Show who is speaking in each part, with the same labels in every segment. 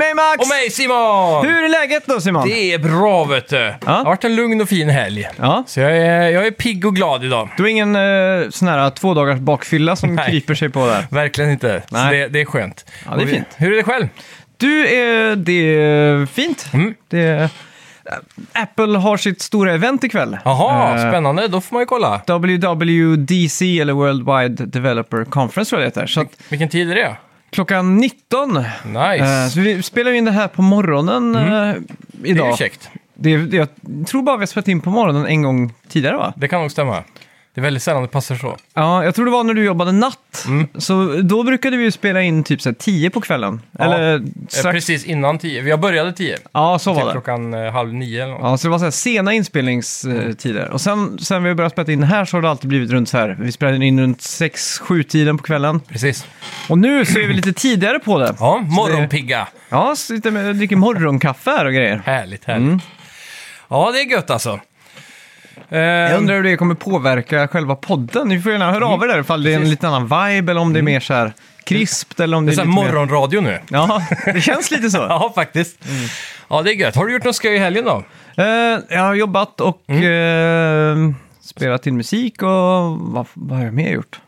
Speaker 1: Hej Simon!
Speaker 2: Hur är läget då Simon?
Speaker 1: Det är bra vet du. Det har varit en lugn och fin helg.
Speaker 2: Ja.
Speaker 1: Så jag är, jag är pigg och glad idag.
Speaker 2: Du har ingen eh, sån här två dagars bakfylla som
Speaker 1: Nej.
Speaker 2: kryper sig på där?
Speaker 1: Verkligen inte. Så
Speaker 2: Nej.
Speaker 1: det, det är skönt.
Speaker 2: Ja, det är
Speaker 1: Och vi-
Speaker 2: fint.
Speaker 1: Hur är det själv?
Speaker 2: Du, eh, det är fint.
Speaker 1: Mm.
Speaker 2: Det är, eh, Apple har sitt stora event ikväll.
Speaker 1: Jaha,
Speaker 2: Eh,
Speaker 1: spännande. Då får man ju kolla.
Speaker 2: WWDC eller Worldwide Developer Conference tror jag det heter. Så att
Speaker 1: Vilken tid är det?
Speaker 2: klockan 19.
Speaker 1: Nice. Mm.
Speaker 2: eh, så vi spelar ju in det här på morgonen eh,
Speaker 1: det är
Speaker 2: idag.
Speaker 1: ju käckt.
Speaker 2: Det är, det, jag tror bara vi har spelat in på morgonen en gång tidigare va?
Speaker 1: Det kan nog stämma. Det är väldigt sällan det passar så. Eh,
Speaker 2: Ja, jag tror det var när du jobbade natt.
Speaker 1: Mm.
Speaker 2: Så då brukade vi ju spela in typ så här 10 på kvällen.
Speaker 1: Ja.
Speaker 2: Eller
Speaker 1: Eh,
Speaker 2: strax.
Speaker 1: Precis innan tio. Jag började tio.
Speaker 2: Ja, så
Speaker 1: Till
Speaker 2: var det.
Speaker 1: klockan eh, halv nio eller något.
Speaker 2: Ja, så det var så här sena inspelningstider. Och sen, sen vi började spela in här så har det alltid blivit runt så här. Vi spelade in runt 6-7-tiden på kvällen.
Speaker 1: Precis.
Speaker 2: Och nu så är vi lite tidigare på det.
Speaker 1: Ja, morgonpigga.
Speaker 2: Ja, sitter med och dricker morgonkaffe här och grejer.
Speaker 1: Härligt, härligt.
Speaker 2: Mm.
Speaker 1: Ja, det är gött alltså.
Speaker 2: Jag
Speaker 1: Eh,
Speaker 2: undrar hur det kommer påverka själva podden. Ni får gärna höra av er där ifall det är en
Speaker 1: Precis. Mm.
Speaker 2: lite annan vibe eller om det är mer så här krispt eller om det
Speaker 1: det är
Speaker 2: är,
Speaker 1: så här
Speaker 2: lite mer-
Speaker 1: morgonradio nu.
Speaker 2: Ja, det känns lite så.
Speaker 1: Ja, faktiskt.
Speaker 2: Mm.
Speaker 1: Ja, det är gött. Har du gjort något skoj i helgen då?
Speaker 2: Eh, jag har jobbat och
Speaker 1: Mm.
Speaker 2: eh, spelat in musik och vad, vad har jag mer gjort?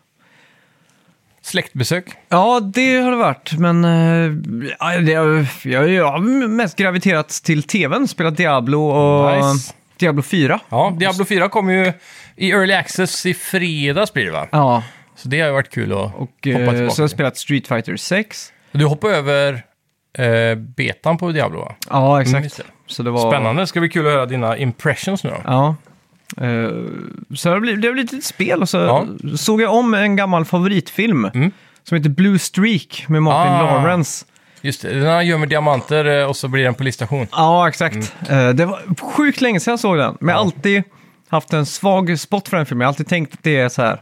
Speaker 1: Släktbesök?
Speaker 2: Ja, det har det varit, men eh, ja, det, jag, jag, jag har mest graviterat till tvn, spelat Diablo och
Speaker 1: Nice.
Speaker 2: Diablo 4.
Speaker 1: Ja, Diablo 4 kom ju i Early Access i fredags blir det va?
Speaker 2: Ja,
Speaker 1: Så det har ju varit kul att
Speaker 2: och eh, så
Speaker 1: hoppa tillbaka
Speaker 2: har jag
Speaker 1: till.
Speaker 2: spelat Street Fighter 6.
Speaker 1: Du hoppar över eh, betan på Diablo va?
Speaker 2: Ja,
Speaker 1: Mm,
Speaker 2: exakt.
Speaker 1: just det.
Speaker 2: så det var,
Speaker 1: Spännande, ska bli kul att höra dina impressions nu då.
Speaker 2: Ja. Eh, så det har blivit, det har blivit ett spel och så
Speaker 1: Ja.
Speaker 2: såg jag om en gammal favoritfilm
Speaker 1: Mm.
Speaker 2: som heter Blue Streak med Martin
Speaker 1: Ah.
Speaker 2: Lawrence.
Speaker 1: Just det, när han gömmer diamanter eh, och så blir det en polisstation.
Speaker 2: Ja, exakt.
Speaker 1: Mm.
Speaker 2: Eh, Det var sjukt länge sedan jag såg den. Men jag har alltid haft en svag spot för den filmen. Jag har alltid tänkt att det är så här.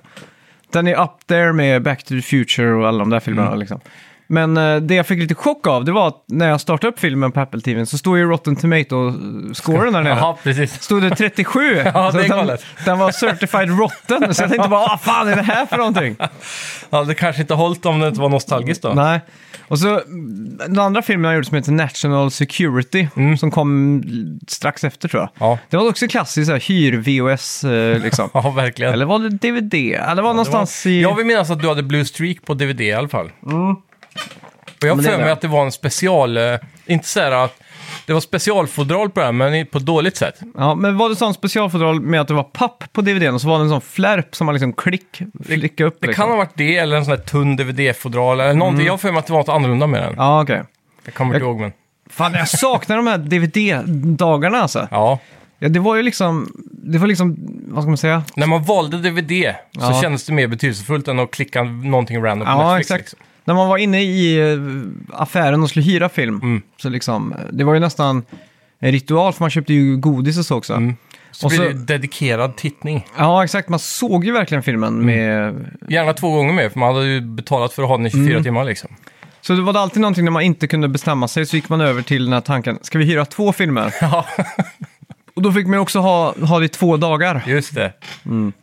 Speaker 2: Den är up there med Back to the Future och alla de där filmerna.
Speaker 1: Mm.
Speaker 2: Liksom. Men eh, det jag fick lite chock av, det var att när jag startade upp filmen på Apple TV så stod ju Rotten Tomato-scoren där nere.
Speaker 1: Jaha, precis.
Speaker 2: Stod det 37?
Speaker 1: Ja,
Speaker 2: Så
Speaker 1: det är
Speaker 2: den,
Speaker 1: galet.
Speaker 2: den var certified rotten, så jag tänkte bara vad fan är det här för någonting?
Speaker 1: Ja, det kanske inte hållit om det inte var nostalgiskt då.
Speaker 2: Nej. Och så mm, den andra filmen jag gjorde som heter National Security,
Speaker 1: Mm.
Speaker 2: som kom strax efter tror jag.
Speaker 1: Ja.
Speaker 2: Det var också klassiskt så här, hyr-VHS eh, liksom.
Speaker 1: Ja, verkligen.
Speaker 2: Eller var det DVD? Eller var
Speaker 1: Det var-
Speaker 2: någonstans i... Mm.
Speaker 1: Jag vill minnas att du hade Blue Streak på DVD i alla fall. Och
Speaker 2: men
Speaker 1: jag har
Speaker 2: det
Speaker 1: för
Speaker 2: är
Speaker 1: mig
Speaker 2: det.
Speaker 1: att det var en special... eh, Inte så här att... Det var specialfodral på det här, men i- på ett dåligt sätt.
Speaker 2: Ja, men var det sån specialfodral med att det var papp på DVDn och så var det en sån flärp som man liksom klick, flickade upp?
Speaker 1: Det
Speaker 2: liksom.
Speaker 1: kan ha varit det, eller en sån här tunn DVD-fodral eller någonting. Jag har för mig att det var något annorlunda med den.
Speaker 2: Ja, okej.
Speaker 1: Jag kommer inte
Speaker 2: Jag-
Speaker 1: ihåg, men...
Speaker 2: Fan, jag saknar de här DVD-dagarna alltså.
Speaker 1: Ja.
Speaker 2: Ja, det var ju liksom, det var liksom, vad ska man säga?
Speaker 1: När man valde DVD så
Speaker 2: Ja.
Speaker 1: kändes det mer betydelsefullt än att klicka någonting random på
Speaker 2: Ja,
Speaker 1: Netflix.
Speaker 2: exakt.
Speaker 1: Liksom.
Speaker 2: När man var inne i eh, affären och skulle hyra film,
Speaker 1: Mm.
Speaker 2: så liksom, det var ju nästan en ritual, för man köpte ju godis och så också.
Speaker 1: Så
Speaker 2: Och
Speaker 1: blir
Speaker 2: så-
Speaker 1: det ju dedikerad tittning.
Speaker 2: Ja, exakt. Man såg ju verkligen
Speaker 1: Mm.
Speaker 2: filmen med...
Speaker 1: Gärna två gånger mer, för man hade ju betalat för att ha den i 24
Speaker 2: Mm.
Speaker 1: timmar liksom.
Speaker 2: Så det var alltid någonting när man inte kunde bestämma sig, så gick man över till den här tanken, ska vi hyra två filmer?
Speaker 1: Ja,
Speaker 2: Och då fick man ju också ha, ha det i två dagar.
Speaker 1: just det.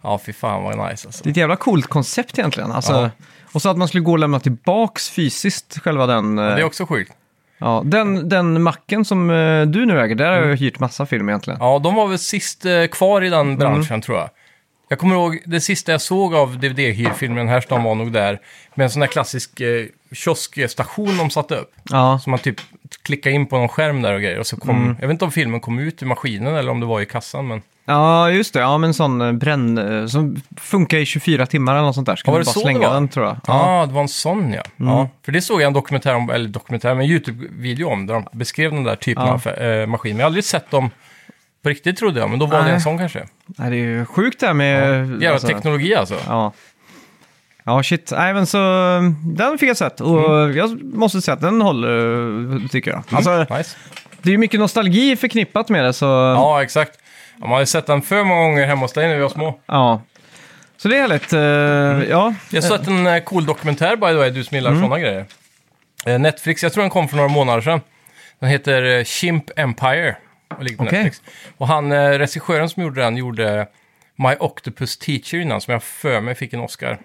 Speaker 1: Ja, fy fan vad nice alltså.
Speaker 2: Mm. Det är ett jävla coolt koncept egentligen. Alltså,
Speaker 1: Ja.
Speaker 2: Och så att man skulle gå och lämna tillbaks fysiskt själva den... eh,
Speaker 1: Det är också sjukt.
Speaker 2: ja, den, den macken som eh, du nu äger, där har
Speaker 1: Mm.
Speaker 2: jag hyrt massa film egentligen.
Speaker 1: Ja, de var väl sist eh, kvar i
Speaker 2: Mm.
Speaker 1: den branschen tror jag. Jag kommer ihåg, det sista jag såg av DVD-hyrfilmen här stan var nog där med en sån där klassisk eh, kioskstation de satte upp.
Speaker 2: Ja.
Speaker 1: Så man typ klickade in på någon skärm där och grejer. Och så kom,
Speaker 2: Mm.
Speaker 1: Jag vet inte om filmen kom ut ur maskinen eller om det var i kassan. Men...
Speaker 2: Ja, just det. Ja, men sån eh, bränn... eh, Som funkar i 24 timmar eller något sånt där. Ska
Speaker 1: Ja, var
Speaker 2: man
Speaker 1: det
Speaker 2: bara
Speaker 1: så det
Speaker 2: slänga
Speaker 1: var?
Speaker 2: den, tror jag. Ja. Mm.
Speaker 1: Ja, ah, det var en sån ja. ja. För det såg jag en dokumentär om, eller dokumentär, men YouTube-video om där de beskrev den där typen
Speaker 2: Ja.
Speaker 1: av eh, maskin. Men jag har aldrig sett dem på riktigt trodde jag, men då var det
Speaker 2: Nej. Alltså-
Speaker 1: en sån kanske.
Speaker 2: Nej, det är ju sjukt det här med...
Speaker 1: Jävla
Speaker 2: alltså,
Speaker 1: teknologi alltså.
Speaker 2: Ja. Ja, shit. Nej, men så... eh, Den fick jag sett. Och
Speaker 1: Mm.
Speaker 2: jag måste säga att den håller, eh, tycker jag. Alltså,
Speaker 1: Nice.
Speaker 2: det är ju mycket nostalgi förknippat med det, så...
Speaker 1: Ja, exakt. Ja, man har ju sett den för många gånger hemma hos dig när vi var små.
Speaker 2: ja. Så det är härligt. eh,
Speaker 1: Mm.
Speaker 2: Ja.
Speaker 1: Jag har sett en eh, cool dokumentär, by the way, du som gillar såna grejer. Eh, Netflix, jag tror den kom för några månader sedan. Den heter eh, Chimp Empire och ligger på
Speaker 2: Okej.
Speaker 1: Netflix. Och han, eh, regissören som gjorde den gjorde eh, My Octopus Teacher innan, som jag för mig fick en Oscar.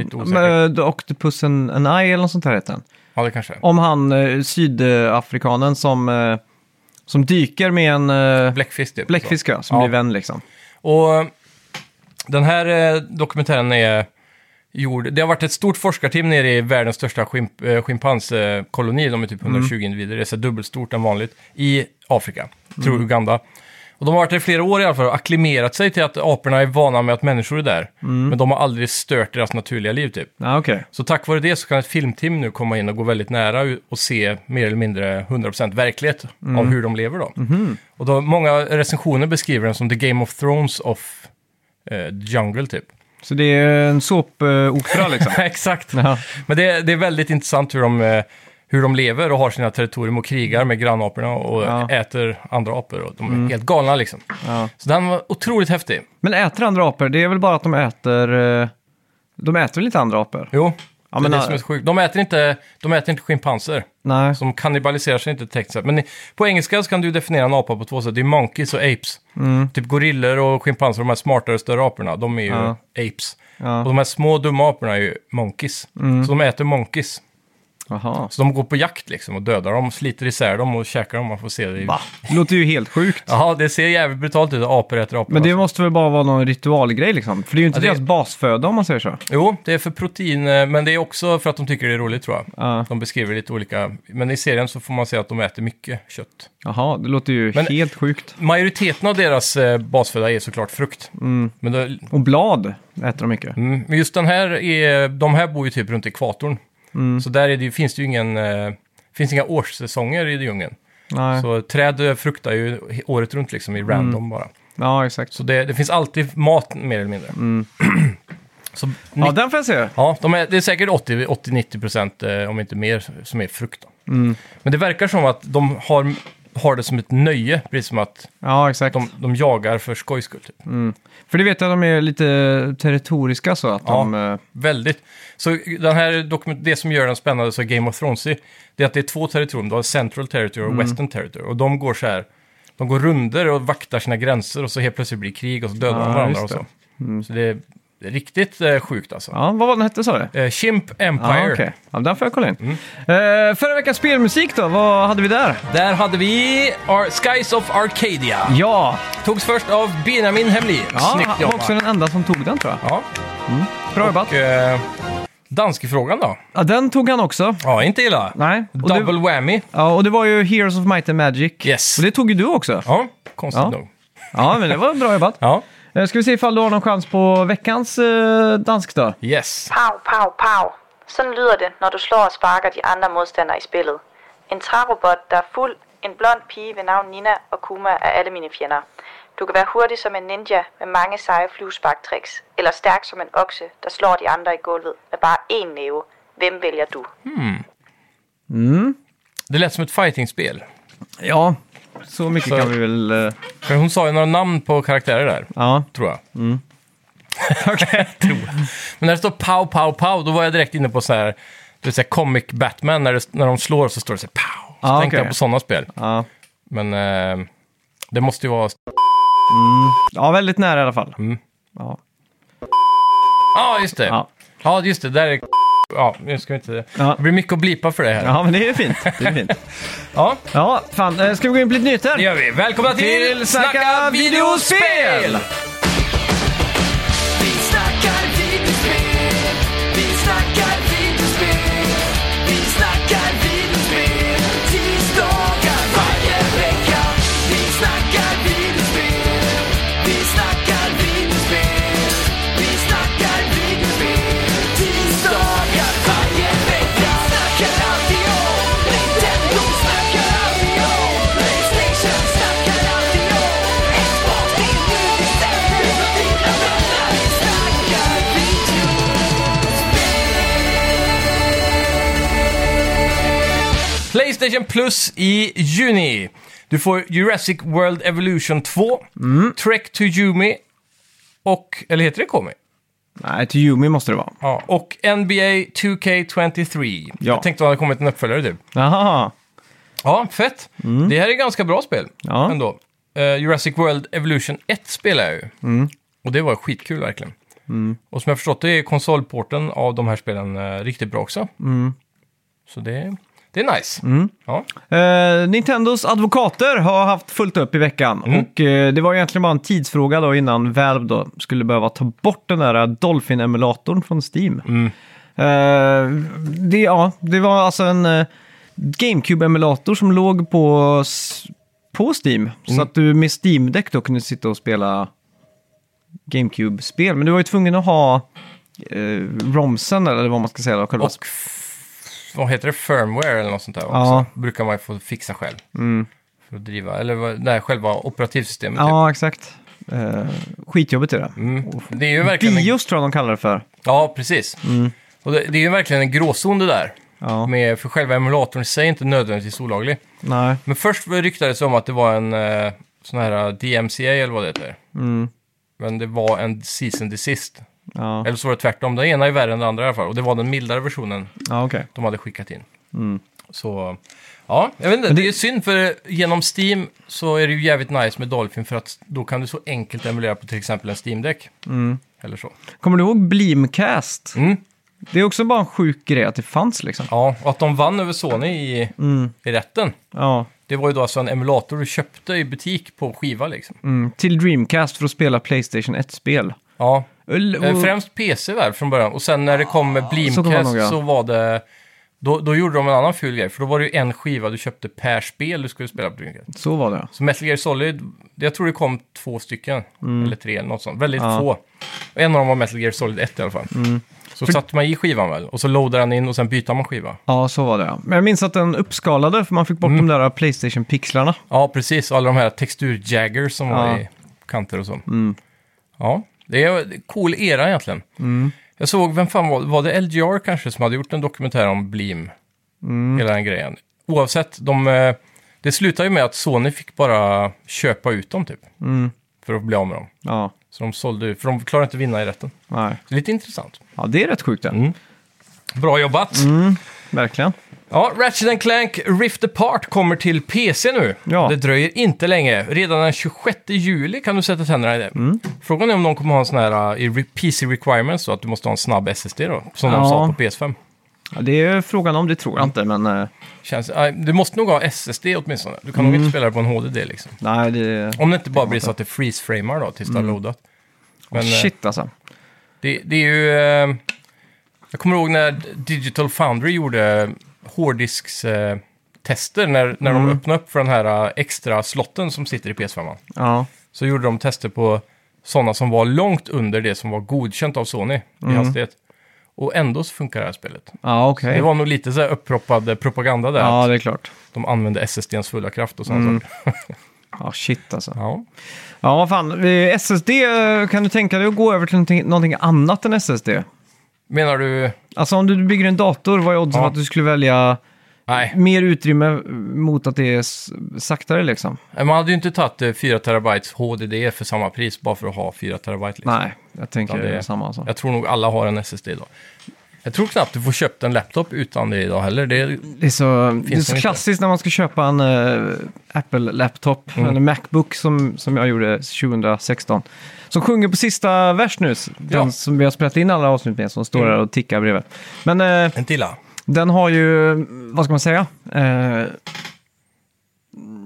Speaker 1: Lite
Speaker 2: eh,
Speaker 1: osäker.
Speaker 2: Med The Octopus and, and I eller något sånt här heter den.
Speaker 1: Ja, det kanske.
Speaker 2: Om han eh, sydafrikanen som, eh, som dyker med en eh,
Speaker 1: Bläckfisk typ.
Speaker 2: bläckfisk ja, som
Speaker 1: Ja.
Speaker 2: blir vän liksom.
Speaker 1: Och eh, den här eh, dokumentären är gjord... Det har varit ett stort forskarteam nere i världens största skimp, eh, schimpanskoloni. De är typ 120 individer. Det är så dubbelt stort än vanligt. I Afrika. Tror Uganda. Och de har varit där i flera år i alla fall och acklimerat sig till att aporna är vana med att människor är där. Men de har aldrig stört deras naturliga liv typ.
Speaker 2: Ja, okej.
Speaker 1: Så tack vare det så kan ett filmteam nu komma in och gå väldigt nära u- och se mer eller mindre 100% verklighet
Speaker 2: Mm.
Speaker 1: av hur de lever då.
Speaker 2: Mm-hmm.
Speaker 1: Och då många recensioner beskriver den som The Game of Thrones of eh, Jungle typ.
Speaker 2: Så det är en såpopera liksom.
Speaker 1: Exakt.
Speaker 2: ja.
Speaker 1: Men det, är- det är väldigt intressant hur de, eh, hur de lever och har sina territorium och krigar med grannaporna och
Speaker 2: Ja. Mm.
Speaker 1: äter andra apor. Och de är helt galna liksom.
Speaker 2: Ja.
Speaker 1: Så den var otroligt häftig.
Speaker 2: Men äter andra apor, det är väl bara att de äter... eh, De äter väl inte andra apor?
Speaker 1: Jo,
Speaker 2: Ja,
Speaker 1: det är
Speaker 2: men,
Speaker 1: det som är så sjukt. De äter inte, de äter inte schimpanser.
Speaker 2: Nej.
Speaker 1: Som kannibaliserar sig inte tekniskt sett. Men i- på engelska så kan du definiera en apa på två sätt. Det är monkeys och apes.
Speaker 2: Mm.
Speaker 1: Typ gorillor och schimpanser, de här smartare större aporna, de är ju
Speaker 2: Ja.
Speaker 1: apes. Och
Speaker 2: Ja. Mm.
Speaker 1: de här små dumma aporna är ju monkeys. Så de äter monkeys.
Speaker 2: Jaha.
Speaker 1: Så de går på jakt liksom och dödar dem, sliter isär dem och käkar dem. Man får se det i...
Speaker 2: Va? Det låter ju helt sjukt.
Speaker 1: Jaha, det ser jävligt brutalt ut. Apor äter apor.
Speaker 2: Men det
Speaker 1: alltså.
Speaker 2: måste väl bara vara någon ritualgrej liksom? För det är ju inte
Speaker 1: Ja, det-
Speaker 2: deras basföda om man säger så.
Speaker 1: Jo, det är för protein, eh, men det är också för att de tycker det är roligt tror jag.
Speaker 2: Ja.
Speaker 1: De beskriver lite olika, men i serien så får man se att de äter mycket kött.
Speaker 2: Jaha, det låter ju
Speaker 1: Men-
Speaker 2: helt sjukt.
Speaker 1: Majoriteten av deras eh, basföda är såklart frukt. Men, då, mm,
Speaker 2: Och blad äter de mycket.
Speaker 1: men just den här är, de här bor ju typ runt ekvatorn.
Speaker 2: Mm.
Speaker 1: Så där är det, ju- finns det ju ingen, eh, finns inga årssäsonger i djungeln.
Speaker 2: Nej. Mm.
Speaker 1: Så träd eh, fruktar ju he- året runt liksom i random bara.
Speaker 2: Ja, exakt.
Speaker 1: Så det, det finns alltid mat mer eller mindre. Så,
Speaker 2: Mm. Ja,
Speaker 1: ja,
Speaker 2: den får jag se.
Speaker 1: de är, det är säkert 80 80-90 procent, eh, om inte mer, som är frukt. då.
Speaker 2: Mm.
Speaker 1: Men det verkar som att de har, har det som ett nöje, precis som att
Speaker 2: Ja, exakt. Mm.
Speaker 1: de, de jagar för skojs skull. Typ.
Speaker 2: För det vet jag, de är lite territoriska så att
Speaker 1: Ja.
Speaker 2: de... eh,
Speaker 1: Väldigt. Så den här dokument, det som gör den spännande så Game of Thrones i, det är att det är två territorium. Du har Central Territory
Speaker 2: Mm.
Speaker 1: och Western Territory. Och de går så här, de går runder och vaktar sina gränser och så helt plötsligt blir det krig och så dödar
Speaker 2: Ja,
Speaker 1: de varandra
Speaker 2: just
Speaker 1: och
Speaker 2: det. Mm.
Speaker 1: så. Så det är riktigt eh, sjukt alltså.
Speaker 2: Ja, vad var den hette sa du?
Speaker 1: Eh, Chimp Empire.
Speaker 2: Ja, Ah, okej. Ja, den får jag kolla in.
Speaker 1: Mm.
Speaker 2: Eh, förra veckans spelmusik då, vad hade vi där?
Speaker 1: Där hade vi Ar- Skies of Arcadia.
Speaker 2: Ja,
Speaker 1: Togs först av Benjamin Hemlin.
Speaker 2: ja han
Speaker 1: Snyggt
Speaker 2: var
Speaker 1: jobbat.
Speaker 2: också den enda som tog den tror jag.
Speaker 1: Ja,
Speaker 2: Bra jobbat.
Speaker 1: och, eh, Danskefrågan då?
Speaker 2: Ja, den tog han också.
Speaker 1: Ja, inte illa.
Speaker 2: Nej. Och det,
Speaker 1: Double whammy.
Speaker 2: ja, och det var ju Heroes of Might and Magic.
Speaker 1: Yes.
Speaker 2: Och det tog ju du också.
Speaker 1: Ja, konstigt
Speaker 2: Ja.
Speaker 1: nog.
Speaker 2: Ja, men det var bra jobbat.
Speaker 1: Ja,
Speaker 2: Eh, Ska vi se ifall du har någon chans på veckans eh, dansk då?
Speaker 1: yes.
Speaker 3: Pow, pow, pow. Sådan lyder det, når du slår og sparker de andre modstandere i spillet. En trærobot, der er fuld, en blond pige ved navn Nina og Kuma er alle mine fjender. Du kan være hurtig som en ninja med mange seje fluesparktricks, eller stærk som en okse, der slår de andre i gulvet med bare én næve. Hvem vælger du?
Speaker 1: Det lät som ett fightingspel.
Speaker 2: Ja, så mycket
Speaker 1: Så-
Speaker 2: kan vi väl... eh,
Speaker 1: För hon sa ju några namn på karaktärer där,
Speaker 2: ja.
Speaker 1: tror jag.
Speaker 2: Mm.
Speaker 1: tror. Men när det står pow, pow, pow, då var jag direkt inne på så här, det vill säga comic Batman, när, det, när de slår så står det så här pow. Så
Speaker 2: Ah,
Speaker 1: tänkte
Speaker 2: okej.
Speaker 1: jag på sådana spel.
Speaker 2: Ja.
Speaker 1: Men eh, det måste ju vara...
Speaker 2: ja, väldigt nära i alla fall.
Speaker 1: Mm.
Speaker 2: Ja.
Speaker 1: Ja, ah, just det. Ja,
Speaker 2: Ja.
Speaker 1: just det. Där är... Ja, nu ska vi inte...
Speaker 2: Ja.
Speaker 1: Det blir mycket att blipa för det här. Ja,
Speaker 2: ja, men det är fint. Det är fint. Ja, fan. eh, Ska vi gå in på lite nyheter?
Speaker 1: det gör vi. Välkomna till,
Speaker 2: Till Snacka videospel!
Speaker 4: Vi snackar videospel, vi snackar videospel, vi snackar videospel, tisdagar varje vecka. Vi snackar videospel, vi snackar videospel, vi snackar videospel, tisdagar varje vecka. Snackar alltid om Nintendo, snackar alltid om Playstation, snackar alltid om Xbox, det är nu vi sätter dina vänner. Vi snackar video.
Speaker 1: Playstation Plus i juni. Du får Jurassic World Evolution 2,
Speaker 2: Mm.
Speaker 1: Trek to Yumi och, eller heter det Komi?
Speaker 2: Nej, till Yumi måste det vara.
Speaker 1: Ja, och NBA 2K23.
Speaker 2: Ja.
Speaker 1: Jag tänkte att det hade kommit en uppföljare typ.
Speaker 2: Jaha.
Speaker 1: Ja, fett. Det här är ganska bra spel
Speaker 2: Mm. Ja.
Speaker 1: ändå. Eh, Jurassic World Evolution 1 spelar jag ju.
Speaker 2: Mm.
Speaker 1: Och det var skitkul verkligen.
Speaker 2: Mm.
Speaker 1: Och som jag förstått det är konsolporten av de här spelen eh, riktigt bra också. Så det, det är nice. Ja.
Speaker 2: Eh, Nintendos advokater har haft fullt upp i veckan och eh, det var egentligen bara en tidsfråga då innan Valve då skulle behöva ta bort den där Dolphin-emulatorn från Steam. Eh, det, ja, det var alltså en eh, GameCube-emulator som låg på, s- på Steam. Så att du med Steam-däck då kunde sitta och spela GameCube-spel. Men du var ju tvungen att ha eh, romsen eller vad man ska säga. Då, själva
Speaker 1: Och Vad heter det? Firmware eller något sånt där också.
Speaker 2: Ja. Mm.
Speaker 1: Brukar man ju få fixa själv. För att driva, eller vad- nej, själva operativsystemet. typ.
Speaker 2: Ja, exakt. Uh, skitjobbigt är det.
Speaker 1: Det är ju verkligen... En,
Speaker 2: Bios tror jag de kallar det för.
Speaker 1: ja, precis. Och det, det är ju verkligen en gråzon det där.
Speaker 2: Mm. Ja,
Speaker 1: Med, för själva emulatorn i sig är inte nödvändigtvis olaglig.
Speaker 2: nej.
Speaker 1: Men först ryktades det om att det var en eh, sån här DMCA eller vad det heter.
Speaker 2: Mm.
Speaker 1: Men det var en season desist.
Speaker 2: Ja,
Speaker 1: Eller så var det tvärtom. Den ena är värre än den andra i alla fall. Och det var den mildare versionen
Speaker 2: ja okej.
Speaker 1: de hade skickat in.
Speaker 2: Mm.
Speaker 1: Så, ja, jag vet inte. Det är ju synd för genom Steam så är det ju jävligt nice med Dolphin för att då kan du så enkelt emulera på till exempel en Steam-däck.
Speaker 2: Mm.
Speaker 1: Eller så.
Speaker 2: Kommer du ihåg Bleamcast?
Speaker 1: Mm.
Speaker 2: Det är också bara en sjuk grej att det fanns liksom.
Speaker 1: Ja, och att de vann över Sony i,
Speaker 2: Mm.
Speaker 1: i rätten.
Speaker 2: Ja.
Speaker 1: Det var ju då alltså en emulator du köpte i butik på skiva liksom.
Speaker 2: Mm. Till Dreamcast för att spela Playstation 1-spel.
Speaker 1: Ja, Eh, Främst PC där från början. Och sen när det kom med
Speaker 2: så kan man
Speaker 1: Bleamcast
Speaker 2: nog
Speaker 1: så,
Speaker 2: göra.
Speaker 1: var det... Då, då gjorde de en annan ful grej, för då var det ju en skiva du köpte per spel du skulle spela på Dreamcast.
Speaker 2: Så var det.
Speaker 1: Så Metal Gear Solid, jag tror det kom två stycken, eller tre eller något sånt. Väldigt
Speaker 2: Ja.
Speaker 1: få. En av dem var Metal Gear Solid 1 i alla fall. Så satte man i skivan väl, och så loadade den in och sen bytte man skiva.
Speaker 2: Ja, så var det. Men jag minns att den uppskalade för man fick bort
Speaker 1: Mm.
Speaker 2: de där Playstation-pixlarna.
Speaker 1: Ja, precis. Och alla de här texturjaggers som
Speaker 2: Ja.
Speaker 1: var i kanter och så. Ja, det är en cool era egentligen. Jag såg, vem fan var det? Var det LGR kanske som hade gjort en dokumentär om Bleem? Hela den grejen. Oavsett, de, eh, det slutade ju med att Sony fick bara köpa ut dem typ. För att bli av med dem.
Speaker 2: Ja,
Speaker 1: Så de sålde ut, för de klarade inte vinna i rätten.
Speaker 2: nej.
Speaker 1: Så lite intressant.
Speaker 2: Ja, det är rätt sjukt det.
Speaker 1: Mm. Bra jobbat!
Speaker 2: Verkligen.
Speaker 1: Ja, Ratchet Clank Rift Apart kommer till PC nu.
Speaker 2: Ja.
Speaker 1: Det dröjer inte länge. Redan den 26 juli kan du sätta tänderna i det.
Speaker 2: Mm.
Speaker 1: Frågan är om de kommer ha en sån här uh, i re- PC requirements, så att du måste ha en snabb SSD då, som
Speaker 2: Ja.
Speaker 1: de sa på PS5.
Speaker 2: Ja, det är frågan om, det tror jag inte, men eh,
Speaker 1: Känns, nej, du måste nog ha SSD åtminstone. Du kan nog
Speaker 2: Mm.
Speaker 1: inte spela det på en HDD liksom.
Speaker 2: nej, det...
Speaker 1: Om det inte bara blir så att det freeze-framar då, tills det har loadat. Men, eh,
Speaker 2: Mm. Oh, Shit alltså.
Speaker 1: Det, det är ju... eh, Jag kommer ihåg när Digital Foundry gjorde hårddiskstester när, när
Speaker 2: Mm.
Speaker 1: de öppnade upp för den här eh, extra slotten som sitter i PS5. -an.
Speaker 2: Ja,
Speaker 1: Så gjorde de tester på sådana som var långt under det som var godkänt av Sony i hastighet. Och ändå så funkar det här spelet.
Speaker 2: ja Mm. okej.
Speaker 1: Det var nog lite så här upproppad propaganda där.
Speaker 2: Ja, Mm.
Speaker 1: att
Speaker 2: det är klart.
Speaker 1: De använde SSDns fulla kraft och sådana saker.
Speaker 2: Ja, shit alltså.
Speaker 1: Ja.
Speaker 2: Ja, vad fan. Eh, SSD, eh, kan du tänka dig att gå över till någonting, någonting annat än SSD?
Speaker 1: Menar du...
Speaker 2: Alltså om du bygger en dator, vad är oddsen
Speaker 1: Ja.
Speaker 2: att du skulle välja
Speaker 1: Nej,
Speaker 2: mer utrymme eh, mot att det är s- saktare liksom?
Speaker 1: man hade ju inte tagit eh, 4 terabytes HDD för samma pris bara för att ha 4 terabyte. Liksom.
Speaker 2: Nej, jag tänker
Speaker 1: Ja,
Speaker 2: det
Speaker 1: det-
Speaker 2: är samma alltså.
Speaker 1: Jag tror nog alla har en SSD idag. Jag tror knappt du får köpt en laptop utan det idag heller. Det är,
Speaker 2: Det är så, det är
Speaker 1: Finns
Speaker 2: så
Speaker 1: den inte?
Speaker 2: klassiskt när man ska köpa en eh, Apple-laptop,
Speaker 1: Mm.
Speaker 2: eller Macbook som, som jag gjorde 2016. Som sjunger på sista vers nu, s- den
Speaker 1: Ja. Mm.
Speaker 2: som vi har spelat in alla avsnitt med, som står där och tickar bredvid. Men eh,
Speaker 1: en tilla.
Speaker 2: Den har ju, vad ska man säga? Eh,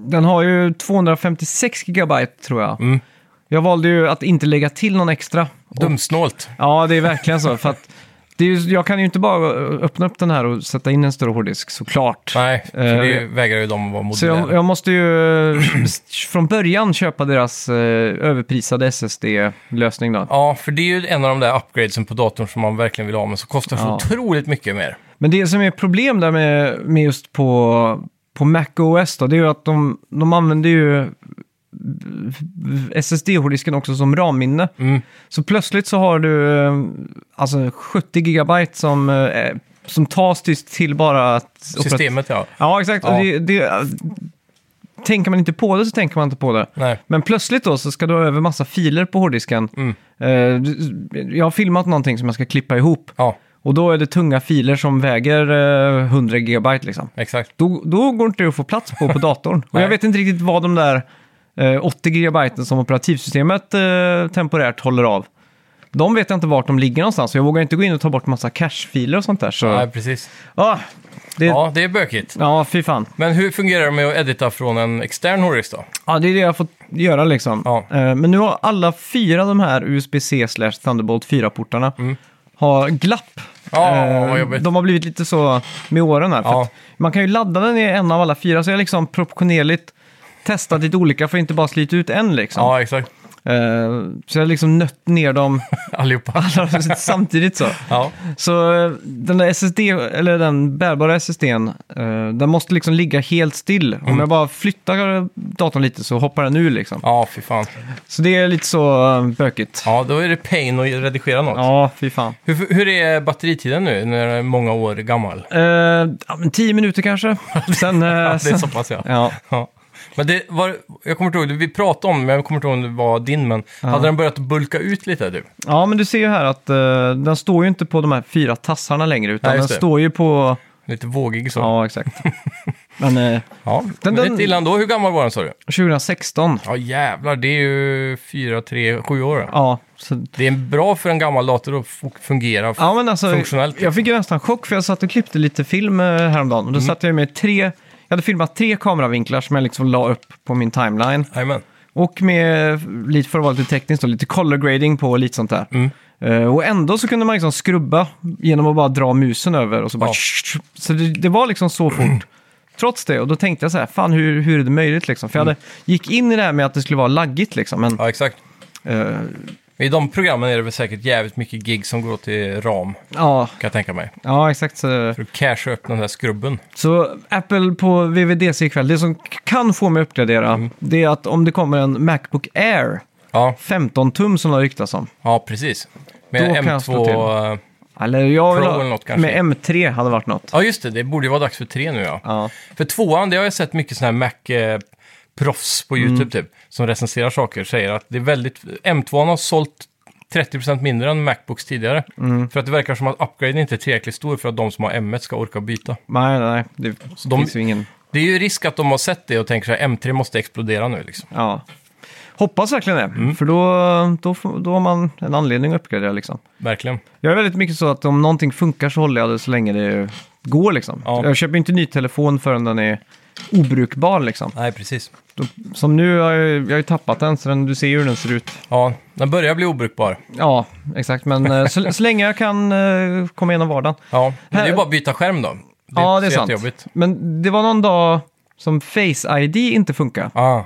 Speaker 2: den har ju 256 gigabyte tror jag.
Speaker 1: Mm.
Speaker 2: Jag valde ju att inte lägga till någon extra.
Speaker 1: Dumsnålt.
Speaker 2: Ja, det är verkligen så. för att det är ju, jag kan ju inte bara öppna upp den här och sätta in en större hårddisk såklart.
Speaker 1: Nej, för
Speaker 2: Eh,
Speaker 1: det vägrar ju de att vara
Speaker 2: Så
Speaker 1: modulära.
Speaker 2: jag, jag måste ju eh, från början köpa deras eh, överprisade SSD-lösning då.
Speaker 1: Ja, för det är ju en av de där upgradesen på datorn som man verkligen vill ha, men som kostar så
Speaker 2: Ja.
Speaker 1: otroligt mycket mer.
Speaker 2: Men det som är problem där med, med just på, på Mac OS då, det är ju att de, de använder ju SSD-hårddisken också som ramminne.
Speaker 1: Mm.
Speaker 2: Så plötsligt så har du eh, alltså 70 gigabyte som, eh, som tas till, till bara att...
Speaker 1: Systemet, ja.
Speaker 2: Ja, exakt. Och
Speaker 1: Ja.
Speaker 2: det, det, tänker man inte på det så tänker man inte på det.
Speaker 1: Nej.
Speaker 2: Men plötsligt då så ska du ha över massa filer på hårddisken.
Speaker 1: Mm.
Speaker 2: Eh, du- jag har filmat någonting som jag ska klippa ihop.
Speaker 1: Ja,
Speaker 2: Och då är det tunga filer som väger eh, 100 gigabyte liksom.
Speaker 1: exakt.
Speaker 2: Då, då går inte det att få plats på på datorn. Och jag
Speaker 1: Nej.
Speaker 2: vet inte riktigt vad de där eh, 80 gigabyte som operativsystemet eh, temporärt håller av. De vet jag inte vart de ligger någonstans. så Jag vågar inte gå in och ta bort massa cache-filer och sånt där. Så.
Speaker 1: Nej, precis.
Speaker 2: Ah, Det, ja.
Speaker 1: Ja, det är bökigt.
Speaker 2: fy fan.
Speaker 1: Men hur fungerar det med att edita från en extern hårddisk då?
Speaker 2: Ja, det är det jag har fått göra liksom.
Speaker 1: Ja.
Speaker 2: Eh, Men nu har alla fyra de här USB-C slash Thunderbolt 4-portarna har glapp.
Speaker 1: Mm. Ja,
Speaker 2: Eh,
Speaker 1: vad jobbigt.
Speaker 2: de har blivit lite så med åren här. För
Speaker 1: Ja.
Speaker 2: att man kan ju ladda den i en av alla fyra, så jag har liksom proportionerligt testat lite olika för att inte bara slita ut en liksom.
Speaker 1: Ja, exakt.
Speaker 2: Eh, Så jag har liksom nött ner dem
Speaker 1: Allihopa.
Speaker 2: alla samtidigt så.
Speaker 1: Ja,
Speaker 2: Så eh, den där SSD, eller den bärbara SSDn, eh, den måste liksom ligga helt still.
Speaker 1: Mm.
Speaker 2: Om jag bara flyttar datorn lite så hoppar den ur liksom.
Speaker 1: ja fy fan.
Speaker 2: Så det är lite så eh, bökigt. Ja,
Speaker 1: Ja, då är det pain att redigera något.
Speaker 2: fy fan.
Speaker 1: Hur, hur är batteritiden nu när den är många år gammal?
Speaker 2: Eh, ja, men tio minuter kanske. Sen, eh,
Speaker 1: Ja, det är
Speaker 2: sen,
Speaker 1: så pass ja.
Speaker 2: ja.
Speaker 1: Ja. Men det var, jag kommer inte ihåg, vi pratade om det, men jag kommer inte ihåg om det var din, men hade den börjat bulka ut lite du?
Speaker 2: ja, men du ser ju här att eh, den står ju inte på de här fyra tassarna längre, utan
Speaker 1: Nej,
Speaker 2: den
Speaker 1: just det.
Speaker 2: står ju på...
Speaker 1: Lite vågig så. Ja,
Speaker 2: Ja, exakt. men eh, Den-
Speaker 1: Men det är
Speaker 2: den-
Speaker 1: inte illa ändå. Hur gammal var den sa du?
Speaker 2: 2016,
Speaker 1: Ja jävlar, det är ju 4, 3, 7 år. då.
Speaker 2: ja. Så
Speaker 1: Det är bra för en gammal dator att fu- fungera.
Speaker 2: Ja, men alltså,
Speaker 1: Funktionellt.
Speaker 2: Jag fick ju nästan chock för jag satt och klippte lite film eh, häromdagen. Och då satt jag med tre, jag hade filmat tre kameravinklar som jag liksom la upp på min timeline.
Speaker 1: Jajamän.
Speaker 2: Och med, lite för att vara lite tekniskt, då, lite color grading på och lite sånt där.
Speaker 1: Mm.
Speaker 2: Eh, och ändå så kunde man liksom skrubba genom att bara dra musen över och så bara...
Speaker 1: Ja.
Speaker 2: Så det, det var liksom så fort. Trots det, och då tänkte jag så här, fan hur, hur är det möjligt liksom?
Speaker 1: Mm.
Speaker 2: För jag hade, gick in i det här med att det skulle vara laggigt liksom, men
Speaker 1: Ja, exakt.
Speaker 2: eh,
Speaker 1: I de programmen är det väl säkert jävligt mycket gig som går till ram, kan
Speaker 2: ja,
Speaker 1: jag tänka mig.
Speaker 2: ja, exakt. Så,
Speaker 1: För att casha upp den där skrubben.
Speaker 2: Så Apple på VVDC ikväll, det som k- kan få mig att uppgradera,
Speaker 1: Mm.
Speaker 2: det är att om det kommer en Macbook Air
Speaker 1: Ja,
Speaker 2: 15 tum som det har ryktats om.
Speaker 1: ja precis. Med
Speaker 2: Då kan jag slå till.
Speaker 1: M2... eh,
Speaker 2: Eller jag vill
Speaker 1: Pro
Speaker 2: ha,
Speaker 1: eller något kanske.
Speaker 2: med M3 hade varit något.
Speaker 1: Ja, just det. Det borde ju vara dags för tre nu ja.
Speaker 2: Ja.
Speaker 1: För tvåan, det har jag sett mycket sådana här Mac-proffs på
Speaker 2: Mm.
Speaker 1: YouTube typ, som recenserar saker, säger att det är väldigt... M2 har sålt 30% mindre än Macbooks tidigare.
Speaker 2: Mm.
Speaker 1: För att det verkar som att upgraden inte är tillräckligt stor för att de som har M1 ska orka byta.
Speaker 2: Nej, nej, det
Speaker 1: de-
Speaker 2: finns ju ingen...
Speaker 1: Det är ju risk att de har sett det och tänker så här, M3 måste explodera nu liksom.
Speaker 2: Ja. Hoppas verkligen det, för då, då, får- då har man en anledning att uppgradera liksom.
Speaker 1: Verkligen.
Speaker 2: Jag är väldigt mycket så att om någonting funkar så håller jag det så länge det går liksom.
Speaker 1: Ja.
Speaker 2: Jag köper inte ny telefon förrän den är obrukbar liksom.
Speaker 1: Nej, precis.
Speaker 2: Då- Som nu har jag, jag har ju tappat den, så den, du ser ju hur den ser ut.
Speaker 1: Ja, den börjar bli obrukbar.
Speaker 2: Ja, exakt. Men eh, så, så länge jag kan eh, komma igenom vardagen.
Speaker 1: Ja, men det är ju
Speaker 2: Här-
Speaker 1: bara att byta skärm då. Det
Speaker 2: ja,
Speaker 1: inte
Speaker 2: det är
Speaker 1: så
Speaker 2: sant.
Speaker 1: jättejobbigt.
Speaker 2: Men det var någon dag som Face ID inte funkade.
Speaker 1: Ah,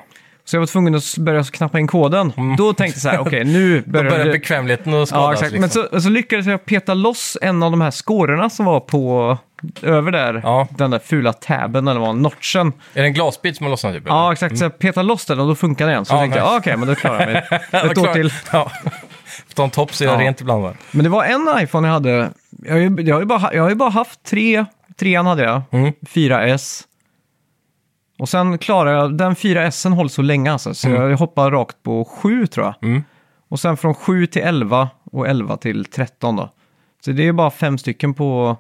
Speaker 2: Så jag var tvungen att s- börja knappa in koden. Då tänkte jag så här, okej nu börjar
Speaker 1: börjar
Speaker 2: det...
Speaker 1: bekvämligheten att skadas
Speaker 2: Ja, exakt.
Speaker 1: liksom.
Speaker 2: Men så, så lyckades jag peta loss en av de här skårorna som var på... Över där,
Speaker 1: Ja.
Speaker 2: den där fula tabben eller vad, notchen.
Speaker 1: Är det en glasbit som har lossnat typ? eller?
Speaker 2: Ja, exakt. Så jag petade loss den och då funkade den igen. Så
Speaker 1: Ja,
Speaker 2: jag tänkte jag,
Speaker 1: nice.
Speaker 2: ah, okej, men då klarar jag mig.
Speaker 1: Vad
Speaker 2: Ett år
Speaker 1: klart.
Speaker 2: till.
Speaker 1: Ja. Ta en topp så är det
Speaker 2: Ja.
Speaker 1: rent ibland va?
Speaker 2: Men det var en iPhone jag hade. Jag har ju, jag har ju, bara, ha- jag har ju bara haft tre. Trean hade jag. 4S. Och sen klarar jag, den 4S håller så länge alltså, så jag hoppar rakt på 7 tror jag. Och sen från 7 till 11 och 11 till 13 då. Så det är ju bara fem stycken på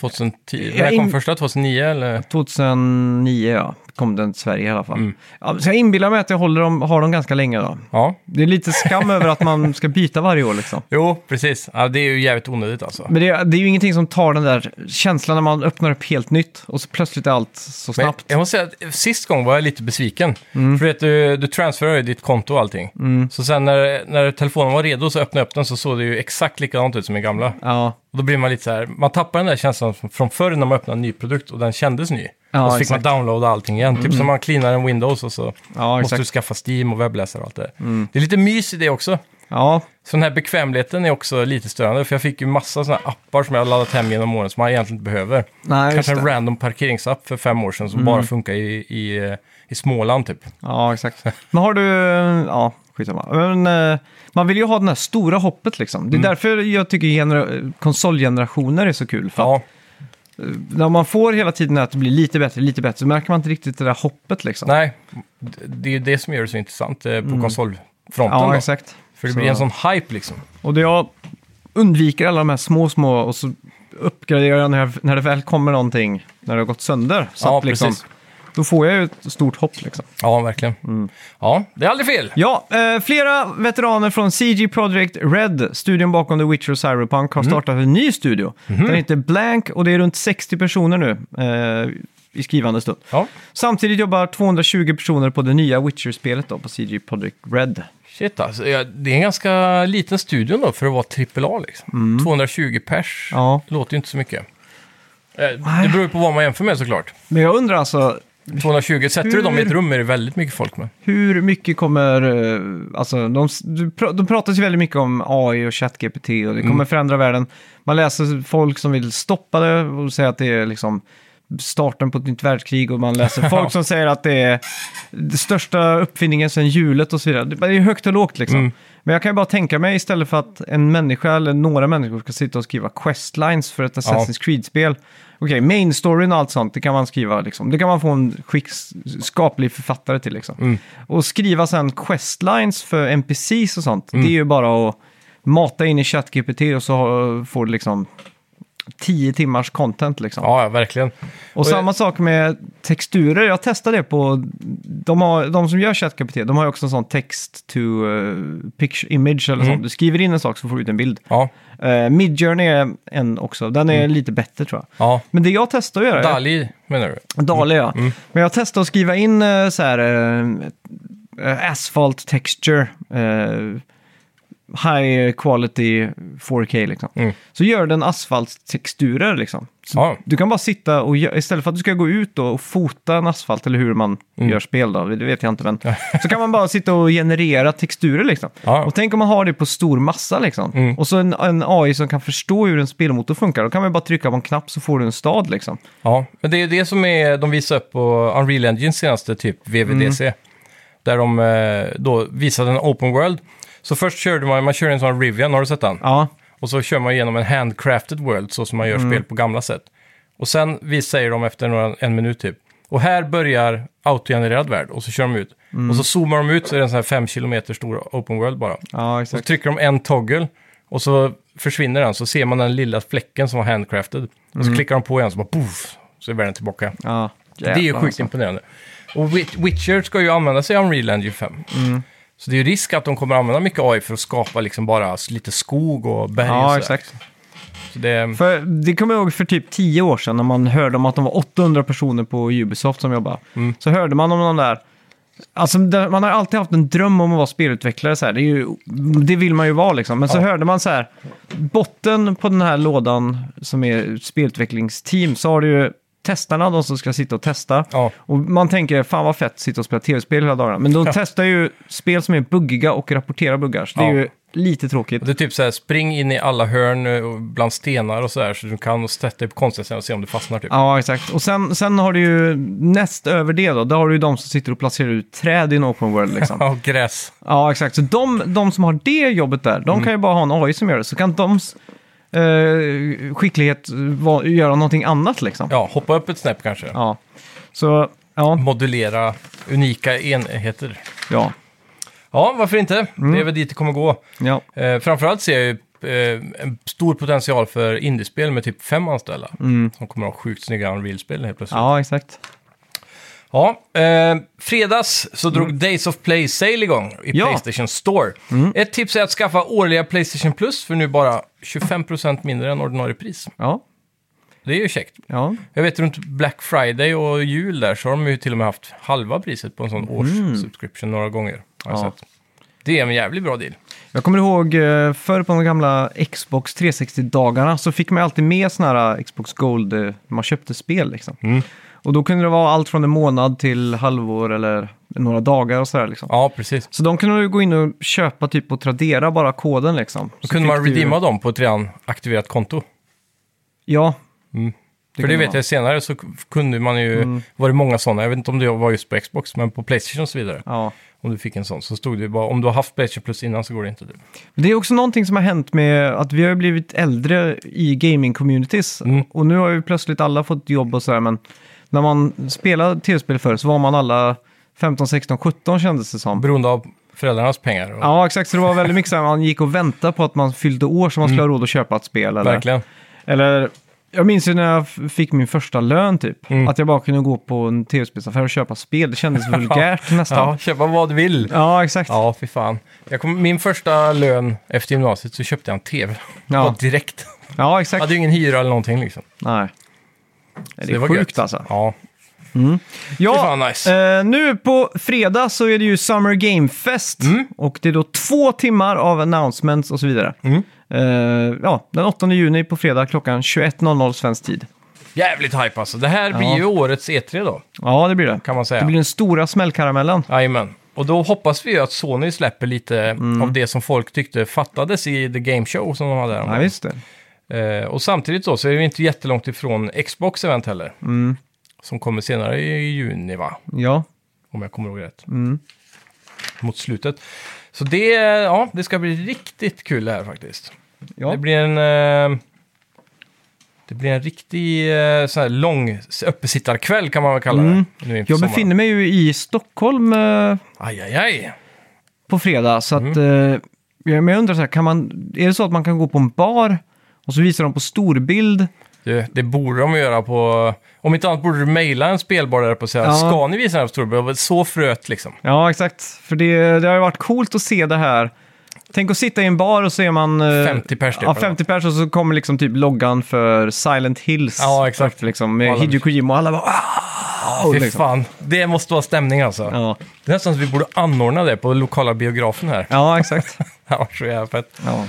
Speaker 1: 2010?
Speaker 2: Jag
Speaker 1: När kom
Speaker 2: in-
Speaker 1: första? 2009 eller?
Speaker 2: 2009 ja, kom den till Sverige i alla fall. Ja, så jag inbillar mig att jag håller dem, har dem ganska länge då.
Speaker 1: Ja.
Speaker 2: Det är lite skam över att man ska byta varje år liksom.
Speaker 1: Jo, precis. Ja, det är ju jävligt onödigt alltså.
Speaker 2: Men det, det är ju ingenting som tar den där känslan när man öppnar upp helt nytt och så plötsligt är allt så
Speaker 1: Men
Speaker 2: snabbt. Mm.
Speaker 1: jag måste säga att sist gång var jag lite besviken. För vet du, du transferar ju ditt konto och allting. Så sen när, när telefonen var redo så öppnade jag upp den så såg det ju exakt likadant ut som min gamla.
Speaker 2: Ja,
Speaker 1: Och då blir man lite så här, man tappar den där känslan från- från förr när man öppnade en ny produkt och den kändes ny.
Speaker 2: Ja,
Speaker 1: och så fick
Speaker 2: exakt. Mm.
Speaker 1: man downloada allting igen. Typ som man cleanar en Windows och så
Speaker 2: Ja,
Speaker 1: måste
Speaker 2: exakt. Mm.
Speaker 1: du skaffa Steam och webbläsare och allt det där. Det är lite mys i det också.
Speaker 2: ja,
Speaker 1: Så den här bekvämligheten är också lite störande, för jag fick ju massa sådana appar som jag har laddat hem genom åren som man egentligen inte behöver.
Speaker 2: Nej, just
Speaker 1: Kanske en
Speaker 2: det. Mm.
Speaker 1: random parkeringsapp för fem år sedan som bara funkar i, i, eh, i Småland typ.
Speaker 2: ja, exakt. Men har du, ja, skitsamma. Men eh, man vill ju ha det här stora hoppet liksom.
Speaker 1: Mm.
Speaker 2: Det är därför jag tycker gener- konsolgenerationer är så kul. För att
Speaker 1: Ja,
Speaker 2: när man får hela tiden att det blir lite bättre, lite bättre, så märker man inte riktigt det där hoppet liksom.
Speaker 1: nej, d- det är ju det som gör det så intressant eh, på konsolfronten
Speaker 2: Mm. ja,
Speaker 1: då.
Speaker 2: exakt.
Speaker 1: För det
Speaker 2: Så-
Speaker 1: blir en sån hype liksom.
Speaker 2: Och det jag undviker alla de här små, små och så uppgraderar jag när, jag, när det väl kommer någonting, när det har gått sönder. Så
Speaker 1: Ja,
Speaker 2: att liksom,
Speaker 1: precis.
Speaker 2: Då får jag ju ett stort hopp liksom.
Speaker 1: Ja, verkligen. Ja, det är aldrig fel.
Speaker 2: Ja, eh, flera veteraner från CG Projekt Red, studion bakom The Witcher och Cyberpunk,
Speaker 1: Mhm.
Speaker 2: har startat en ny studio. Den heter Blank och det är runt 60 personer nu eh, i skrivande stund.
Speaker 1: Ja,
Speaker 2: Samtidigt jobbar 220 personer på det nya Witcher-spelet då, på CG Projekt Red.
Speaker 1: shit alltså. Ja, Det är en ganska liten studio då för att vara AAA liksom. 220 pers.
Speaker 2: Mm. Ja.
Speaker 1: Låter ju inte så mycket. Eh, Det beror ju på vad man jämför med såklart.
Speaker 2: Men jag undrar alltså,
Speaker 1: 220, sätter du dem i ett
Speaker 2: Hur-
Speaker 1: rum är det väldigt mycket folk med.
Speaker 2: hur mycket kommer... eh, Alltså, de, du pra- de pratas ju väldigt mycket om AI och ChatGPT och det kommer förändra världen. Man läser folk som vill stoppa det och säger att det är liksom starten på ett nytt världskrig och man läser folk som säger att det är den största uppfinningen sedan hjulet och så vidare. Det är ju högt och lågt liksom. Men jag kan ju bara tänka mig istället för att en människa eller några människor ska sitta och skriva questlines för ett Assassin's Creed-spel. Okej, main storyn och allt sånt, det kan man skriva liksom. Det kan man få en skick, skaplig författare till liksom. Och skriva sen questlines för NPCs och sånt, det är ju bara att mata in i ChatGPT och så har- får du liksom tio timmars content liksom.
Speaker 1: Ja, ja, verkligen.
Speaker 2: Och samma sak med texturer. Jag testade det på... De, har, de som gör ChatGPT, de har ju också en sån text to eh, picture image eller sånt. Du skriver in en sak så får du ut en bild.
Speaker 1: Ja,
Speaker 2: Uh, Midjourney är en också. Den är lite bättre tror jag.
Speaker 1: ja.
Speaker 2: Men det jag testade att göra...
Speaker 1: Dali menar du?
Speaker 2: Dali, ja.
Speaker 1: Mm.
Speaker 2: Men jag testade att skriva in eh, så här... eh, eh, asphalt texture. eh, high quality 4K liksom.
Speaker 1: Mm.
Speaker 2: Så gör den asfaltstexturer liksom. Så
Speaker 1: Ja.
Speaker 2: Du kan bara sitta och gö- istället för att du ska gå ut då och fota en asfalt eller hur man
Speaker 1: Mm.
Speaker 2: gör spel då, det vet jag inte men. så kan man bara sitta och generera texturer liksom.
Speaker 1: Ja. Mm.
Speaker 2: Och tänk om man har det på stor massa liksom. Och så en, en AI som kan förstå hur en spelmotor funkar. Då kan man bara trycka på en knapp så får du en stad liksom.
Speaker 1: Ja, men det är det som är, de visar upp på Unreal Engine senaste, typ VVDC.
Speaker 2: Mm.
Speaker 1: Där de eh, då visade en open world. Så först körde man, man körde en sån Rivian, har du sett den?
Speaker 2: Ja, Mm.
Speaker 1: Och så kör man igenom en handcrafted world, så som man gör spel på gamla sätt. Och sen vi säger de efter några, en minut typ, och här börjar autogenererad värld, och så kör de ut.
Speaker 2: Mm.
Speaker 1: Och så zoomar de ut så är det en sån här fem kilometer stor open world bara.
Speaker 2: ja
Speaker 1: Och så
Speaker 2: exakt.
Speaker 1: trycker de en toggle och så försvinner den, så ser man den lilla fläcken som var handcrafted. Och
Speaker 2: Mm.
Speaker 1: så klickar de på igen, så bara poff, så är världen tillbaka.
Speaker 2: Ja.
Speaker 1: det är ju
Speaker 2: Jävlar,
Speaker 1: sjukt
Speaker 2: alltså.
Speaker 1: imponerande. Och Wit- Witcher ska ju använda sig av Unreal Engine 5.
Speaker 2: Mm.
Speaker 1: Så det är ju risk att de kommer använda mycket AI för att skapa liksom bara lite skog och berg och
Speaker 2: Ja,
Speaker 1: sådär.
Speaker 2: exakt.
Speaker 1: Så det,
Speaker 2: Mm. För det kommer jag ihåg för typ tio år sedan när man hörde om att de var 800 personer på Ubisoft som jobbade.
Speaker 1: Mm.
Speaker 2: Så hörde man om de där... Alltså, där- man har alltid haft en dröm om att vara spelutvecklare. Så här. Det, är ju, det vill man ju vara liksom. Men så hörde man så här, botten på den här lådan som är spelutvecklingsteam så har du ju testarna, de som ska sitta och testa.
Speaker 1: Ja.
Speaker 2: Och man tänker, fan vad fett, sitta och spela tv-spel hela dagarna. Men de testar ju spel som är buggiga och rapporterar buggar. Så det är
Speaker 1: Ja.
Speaker 2: ju lite tråkigt.
Speaker 1: det är typ så här, spring in i alla hörn eh, och bland stenar och sådär så du kan sätta dig på konstiga ställen och se om du fastnar typ.
Speaker 2: Ja, exakt. Och sen, sen har du ju näst över det då, där har du ju de som sitter och placerar ut träd i en open world liksom.
Speaker 1: Ja, och gräs.
Speaker 2: ja, exakt. Så de, de som har det jobbet där, de
Speaker 1: Mm.
Speaker 2: kan ju bara ha en AI som gör det. Så kan doms eh, skicklighet va, göra någonting annat liksom.
Speaker 1: Ja, hoppa upp ett snäpp kanske.
Speaker 2: Ja. Så, ja.
Speaker 1: Modulera unika enheter.
Speaker 2: Ja.
Speaker 1: Ja, varför inte?
Speaker 2: Mm.
Speaker 1: Det är väl dit det kommer gå.
Speaker 2: ja.
Speaker 1: Eh, framförallt ser jag ju eh, en stor potential för indiespel med typ fem anställda. Som kommer att ha sjukt snygga Unreal-spel helt plötsligt.
Speaker 2: Mm. Ja, exakt.
Speaker 1: Ja, eh, fredags så drog Days of Play Sale igång i
Speaker 2: Mm. Ja. Mm.
Speaker 1: Playstation Store. Ett tips är att skaffa årliga Playstation Plus för nu bara 25% mindre än ordinarie pris.
Speaker 2: Ja.
Speaker 1: Det är ju käckt.
Speaker 2: Ja.
Speaker 1: Jag vet runt Black Friday och jul där så har de ju till och med haft halva priset på en sån års-subscription några gånger. Har jag
Speaker 2: Mm. Ja.
Speaker 1: sett. Det är en jävligt bra deal.
Speaker 2: Jag kommer ihåg eh, förr på de gamla Xbox 360-dagarna så fick man alltid med sådana här Xbox Gold, eh, när man köpte spel liksom.
Speaker 1: Mm.
Speaker 2: Och då kunde det vara allt från en månad till halvår eller några dagar och sådär liksom.
Speaker 1: Ja, precis.
Speaker 2: Så de kunde du gå in och köpa typ på Tradera bara koden liksom.
Speaker 1: Då
Speaker 2: Så
Speaker 1: kunde
Speaker 2: fick
Speaker 1: man
Speaker 2: du-
Speaker 1: redeema dem på ett redan aktiverat konto.
Speaker 2: Ja.
Speaker 1: För det
Speaker 2: kunde man.
Speaker 1: vet
Speaker 2: Mm.
Speaker 1: jag senare så kunde man ju, var det många sådana, jag vet inte om det var just på Xbox, men på Playstation och så vidare.
Speaker 2: Ja.
Speaker 1: Om du fick en sån så stod det ju bara, om du har haft Playstation Plus innan så går det inte. Typ.
Speaker 2: Det är också någonting som har hänt med att vi har ju blivit äldre i gaming-communities.
Speaker 1: Mm.
Speaker 2: Och nu har ju plötsligt alla fått jobb och sådär, men när man spelade tv-spel förr så var man alla 15, 16, 17 kändes det som.
Speaker 1: Beroende av föräldrarnas pengar. Och,
Speaker 2: Ja, exakt. Så det var
Speaker 1: Mm.
Speaker 2: väldigt mycket så här, man gick och väntade på att man fyllde år så man skulle ha råd att köpa ett spel. Eller,
Speaker 1: Verkligen.
Speaker 2: eller Jag minns ju när jag f- fick min första lön typ.
Speaker 1: Mm.
Speaker 2: Att jag bara kunde gå på en tv-spelsaffär och köpa spel. Det kändes vulgärt nästan.
Speaker 1: Ja,
Speaker 2: Ja,
Speaker 1: köpa vad du vill. Ja,
Speaker 2: exakt.
Speaker 1: fy fan. Jag kom, min första lön efter gymnasiet så köpte jag en tv.
Speaker 2: Ja.
Speaker 1: Bara direkt.
Speaker 2: Ja,
Speaker 1: Jag
Speaker 2: exakt.
Speaker 1: hade ju ingen hyra eller någonting liksom.
Speaker 2: Nej. Det är
Speaker 1: Så var
Speaker 2: sjukt
Speaker 1: gött.
Speaker 2: alltså.
Speaker 1: Ja. Fy
Speaker 2: Ja,
Speaker 1: fan, nice.
Speaker 2: eh, nu på fredag så är det ju Summer Game Fest.
Speaker 1: Mm.
Speaker 2: Och det är då två timmar av announcements och så vidare.
Speaker 1: Mm.
Speaker 2: Eh, ja, den 8 juni på fredag klockan 21.00 svensk tid.
Speaker 1: Jävligt hype alltså. Det här blir ju årets E3 då,
Speaker 2: Ja, det blir det.
Speaker 1: kan man säga.
Speaker 2: Det blir den stora smällkaramellen.
Speaker 1: Jajamän. Och då hoppas vi ju att Sony släpper lite
Speaker 2: Mm.
Speaker 1: av det som folk tyckte fattades i The Game Show som de hade
Speaker 2: Ja,
Speaker 1: här.
Speaker 2: visst det.
Speaker 1: eh, och samtidigt då så är vi inte jättelångt ifrån Xbox event heller.
Speaker 2: Mm.
Speaker 1: Som kommer senare i juni va?
Speaker 2: Ja,
Speaker 1: Om jag kommer ihåg rätt.
Speaker 2: Mm.
Speaker 1: Mot slutet. Så det, ja, det ska bli riktigt kul det här faktiskt.
Speaker 2: ja.
Speaker 1: Det blir en... Eh, det blir en riktig eh, sån här lång uppesittarkväll kan man väl kalla det.
Speaker 2: Mm.
Speaker 1: Nu inför
Speaker 2: Jag
Speaker 1: sommaren.
Speaker 2: befinner mig ju i Stockholm eh,
Speaker 1: Aj, aj, aj.
Speaker 2: på fredag, så
Speaker 1: Mm.
Speaker 2: att... eh, jag- Men jag undrar så här, kan man, är det så att man kan gå på en bar och så visar de på storbild?
Speaker 1: Du, det borde de göra på... Om inte annat borde du mejla en spelbar där på och säga
Speaker 2: Ja.
Speaker 1: ska ni visa den här på Storborg? Så fröt liksom.
Speaker 2: Ja, exakt. För det, det har ju varit coolt att se det här. Tänk att sitta i en bar och så är man... eh,
Speaker 1: 50 pers typ,
Speaker 2: Ja,
Speaker 1: eller
Speaker 2: 50 pers och så kommer liksom typ loggan för Silent Hills.
Speaker 1: Ja, exakt.
Speaker 2: upp Liksom, med
Speaker 1: Alla-
Speaker 2: Hideo Kojima och alla bara... "Ah!"
Speaker 1: Fy
Speaker 2: liksom.
Speaker 1: fan, det måste vara stämning alltså.
Speaker 2: Ja.
Speaker 1: Det är nästan så att vi borde anordna det på lokala biografen här.
Speaker 2: ja, exakt.
Speaker 1: Det var så jävla fett.
Speaker 2: Ja.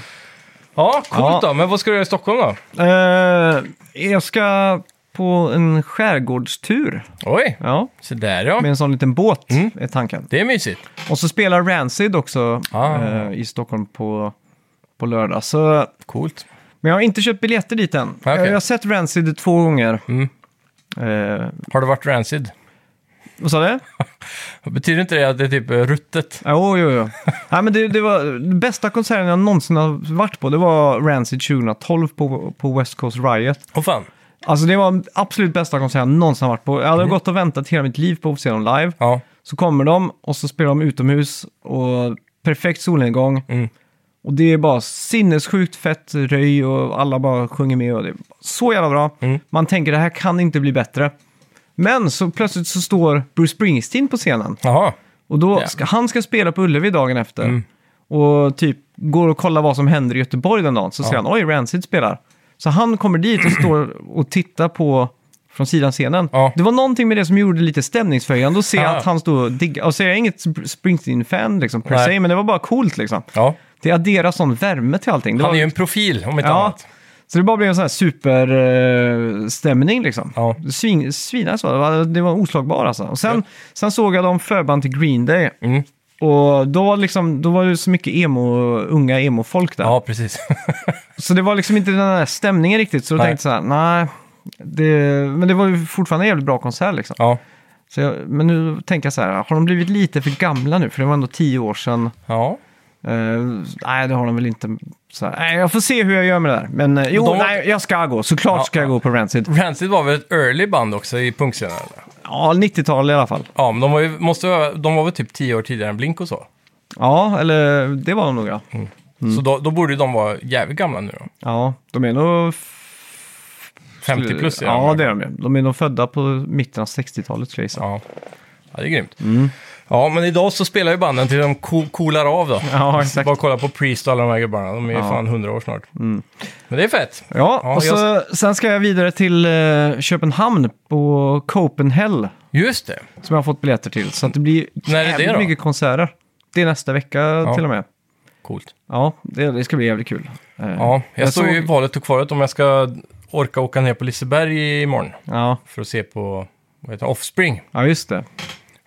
Speaker 1: Ja, coolt
Speaker 2: Ja.
Speaker 1: då. Men vad ska du göra i Stockholm då?
Speaker 2: Eh, jag ska på en skärgårdstur.
Speaker 1: Oj,
Speaker 2: Ja,
Speaker 1: så där ja. Mm.
Speaker 2: med en sån liten båt är tanken.
Speaker 1: Det är mysigt.
Speaker 2: Och så spelar Rancid också
Speaker 1: Ah.
Speaker 2: eh, i Stockholm på, på lördag. Så
Speaker 1: Coolt.
Speaker 2: Men jag har inte köpt biljetter dit än.
Speaker 1: Ah, Okej.
Speaker 2: Jag har sett Rancid två gånger.
Speaker 1: Mm.
Speaker 2: Eh,
Speaker 1: Har du varit rancid?
Speaker 2: vad sa du?
Speaker 1: Betyder inte det att det är typ eh, ruttet?
Speaker 2: Jo, jo, jo. Nej, men det, det var den bästa konserten jag någonsin har varit på. Det var Rancid 2012 på, på West Coast Riot.
Speaker 1: Åh fan.
Speaker 2: Alltså det var den absolut bästa konserten jag någonsin har varit på. Jag
Speaker 1: Mm.
Speaker 2: hade gått och väntat hela mitt liv på att få se dem live.
Speaker 1: Ja,
Speaker 2: Så kommer de och så spelar de utomhus och perfekt solnedgång.
Speaker 1: Mm.
Speaker 2: Och det är bara sinnessjukt fett röj och alla bara sjunger med och det är så jävla bra.
Speaker 1: Mm.
Speaker 2: Man tänker det här kan inte bli bättre. Men så plötsligt så står Bruce Springsteen på scenen
Speaker 1: jaha.
Speaker 2: och då
Speaker 1: Ja.
Speaker 2: ska, han ska spela på Ullevi dagen efter.
Speaker 1: Mm.
Speaker 2: Och typ går och kollar vad som händer i Göteborg den dagen. Så ser han oj, Rancid spelar. Så han kommer dit och står och tittar på från sidan scenen.
Speaker 1: Ja.
Speaker 2: Det var någonting med det som gjorde det lite stämningsföljande att se
Speaker 1: Ja.
Speaker 2: att han stod och diggade. Och så är jag inget Sp- Springsteen-fan liksom, per
Speaker 1: Nej.
Speaker 2: se, men det var bara coolt liksom.
Speaker 1: Ja.
Speaker 2: Det adderar sån värme till allting. Det
Speaker 1: Han
Speaker 2: var,
Speaker 1: är ju en profil om inte
Speaker 2: ja,
Speaker 1: annat.
Speaker 2: så det bara blev en sån här superstämning liksom.
Speaker 1: Ja.
Speaker 2: Svin, svinade så, det var, det var oslagbar alltså. Och sen, sen såg jag dem förband till Green Day.
Speaker 1: Mm.
Speaker 2: Och då var, liksom, då var det så mycket emo, unga emo-folk där.
Speaker 1: Ja, precis.
Speaker 2: Så det var liksom inte den där stämningen riktigt. Så då
Speaker 1: Nej.
Speaker 2: tänkte jag så här, nej. Det, men det var ju fortfarande en jävligt bra konsert liksom.
Speaker 1: ja.
Speaker 2: Så jag, men nu tänker jag så här, har de blivit lite för gamla nu? För det var ändå tio år sedan.
Speaker 1: ja.
Speaker 2: Eh, nej, det har de väl inte. Så här, nej, jag får se hur jag gör med det där. Men eh, jo,
Speaker 1: De-
Speaker 2: nej, jag ska gå. Såklart
Speaker 1: Ja,
Speaker 2: ska jag
Speaker 1: ja.
Speaker 2: gå på Rancid.
Speaker 1: Rancid var väl ett early band också i punkscenen? eller?
Speaker 2: Ja, 90-tal i alla fall.
Speaker 1: Ja, men de var, ju, måste, ha- de var väl typ tio år tidigare än Blink och så.
Speaker 2: Ja, eller det var de nog ja. Mm.
Speaker 1: Så då, då borde ju de vara jävligt gamla nu då.
Speaker 2: Ja, de är nog... f-
Speaker 1: 50 plus är
Speaker 2: Ja,
Speaker 1: de.
Speaker 2: det är de ju. De är nog födda på mitten av 60-talet skulle jag gissa.
Speaker 1: Ja. ja, det är grymt.
Speaker 2: Mm.
Speaker 1: Ja, men idag så spelar ju banden till de ko- coolar av då.
Speaker 2: Ja,
Speaker 1: Så
Speaker 2: exakt.
Speaker 1: Bara kolla på Priest och alla de här gubbarna. De är ju
Speaker 2: Ja. Mm.
Speaker 1: fan 100 år snart. Men det är fett.
Speaker 2: Ja,
Speaker 1: Ja,
Speaker 2: och så, sen ska jag vidare till eh, Köpenhamn på Copenhagen
Speaker 1: Just det.
Speaker 2: som jag har fått biljetter till. Så att det blir
Speaker 1: När är det
Speaker 2: jävligt
Speaker 1: då?
Speaker 2: mycket konserter. Det är nästa vecka till och med.
Speaker 1: Coolt.
Speaker 2: Ja, det, det ska bli jävligt kul. Eh,
Speaker 1: Ja, jag,
Speaker 2: Jag
Speaker 1: står ju i
Speaker 2: såg-
Speaker 1: valet och kvalet om jag ska orka åka ner på Liseberg imorgon.
Speaker 2: ja,
Speaker 1: För att se på, vad heter det, Offspring.
Speaker 2: ja, just det.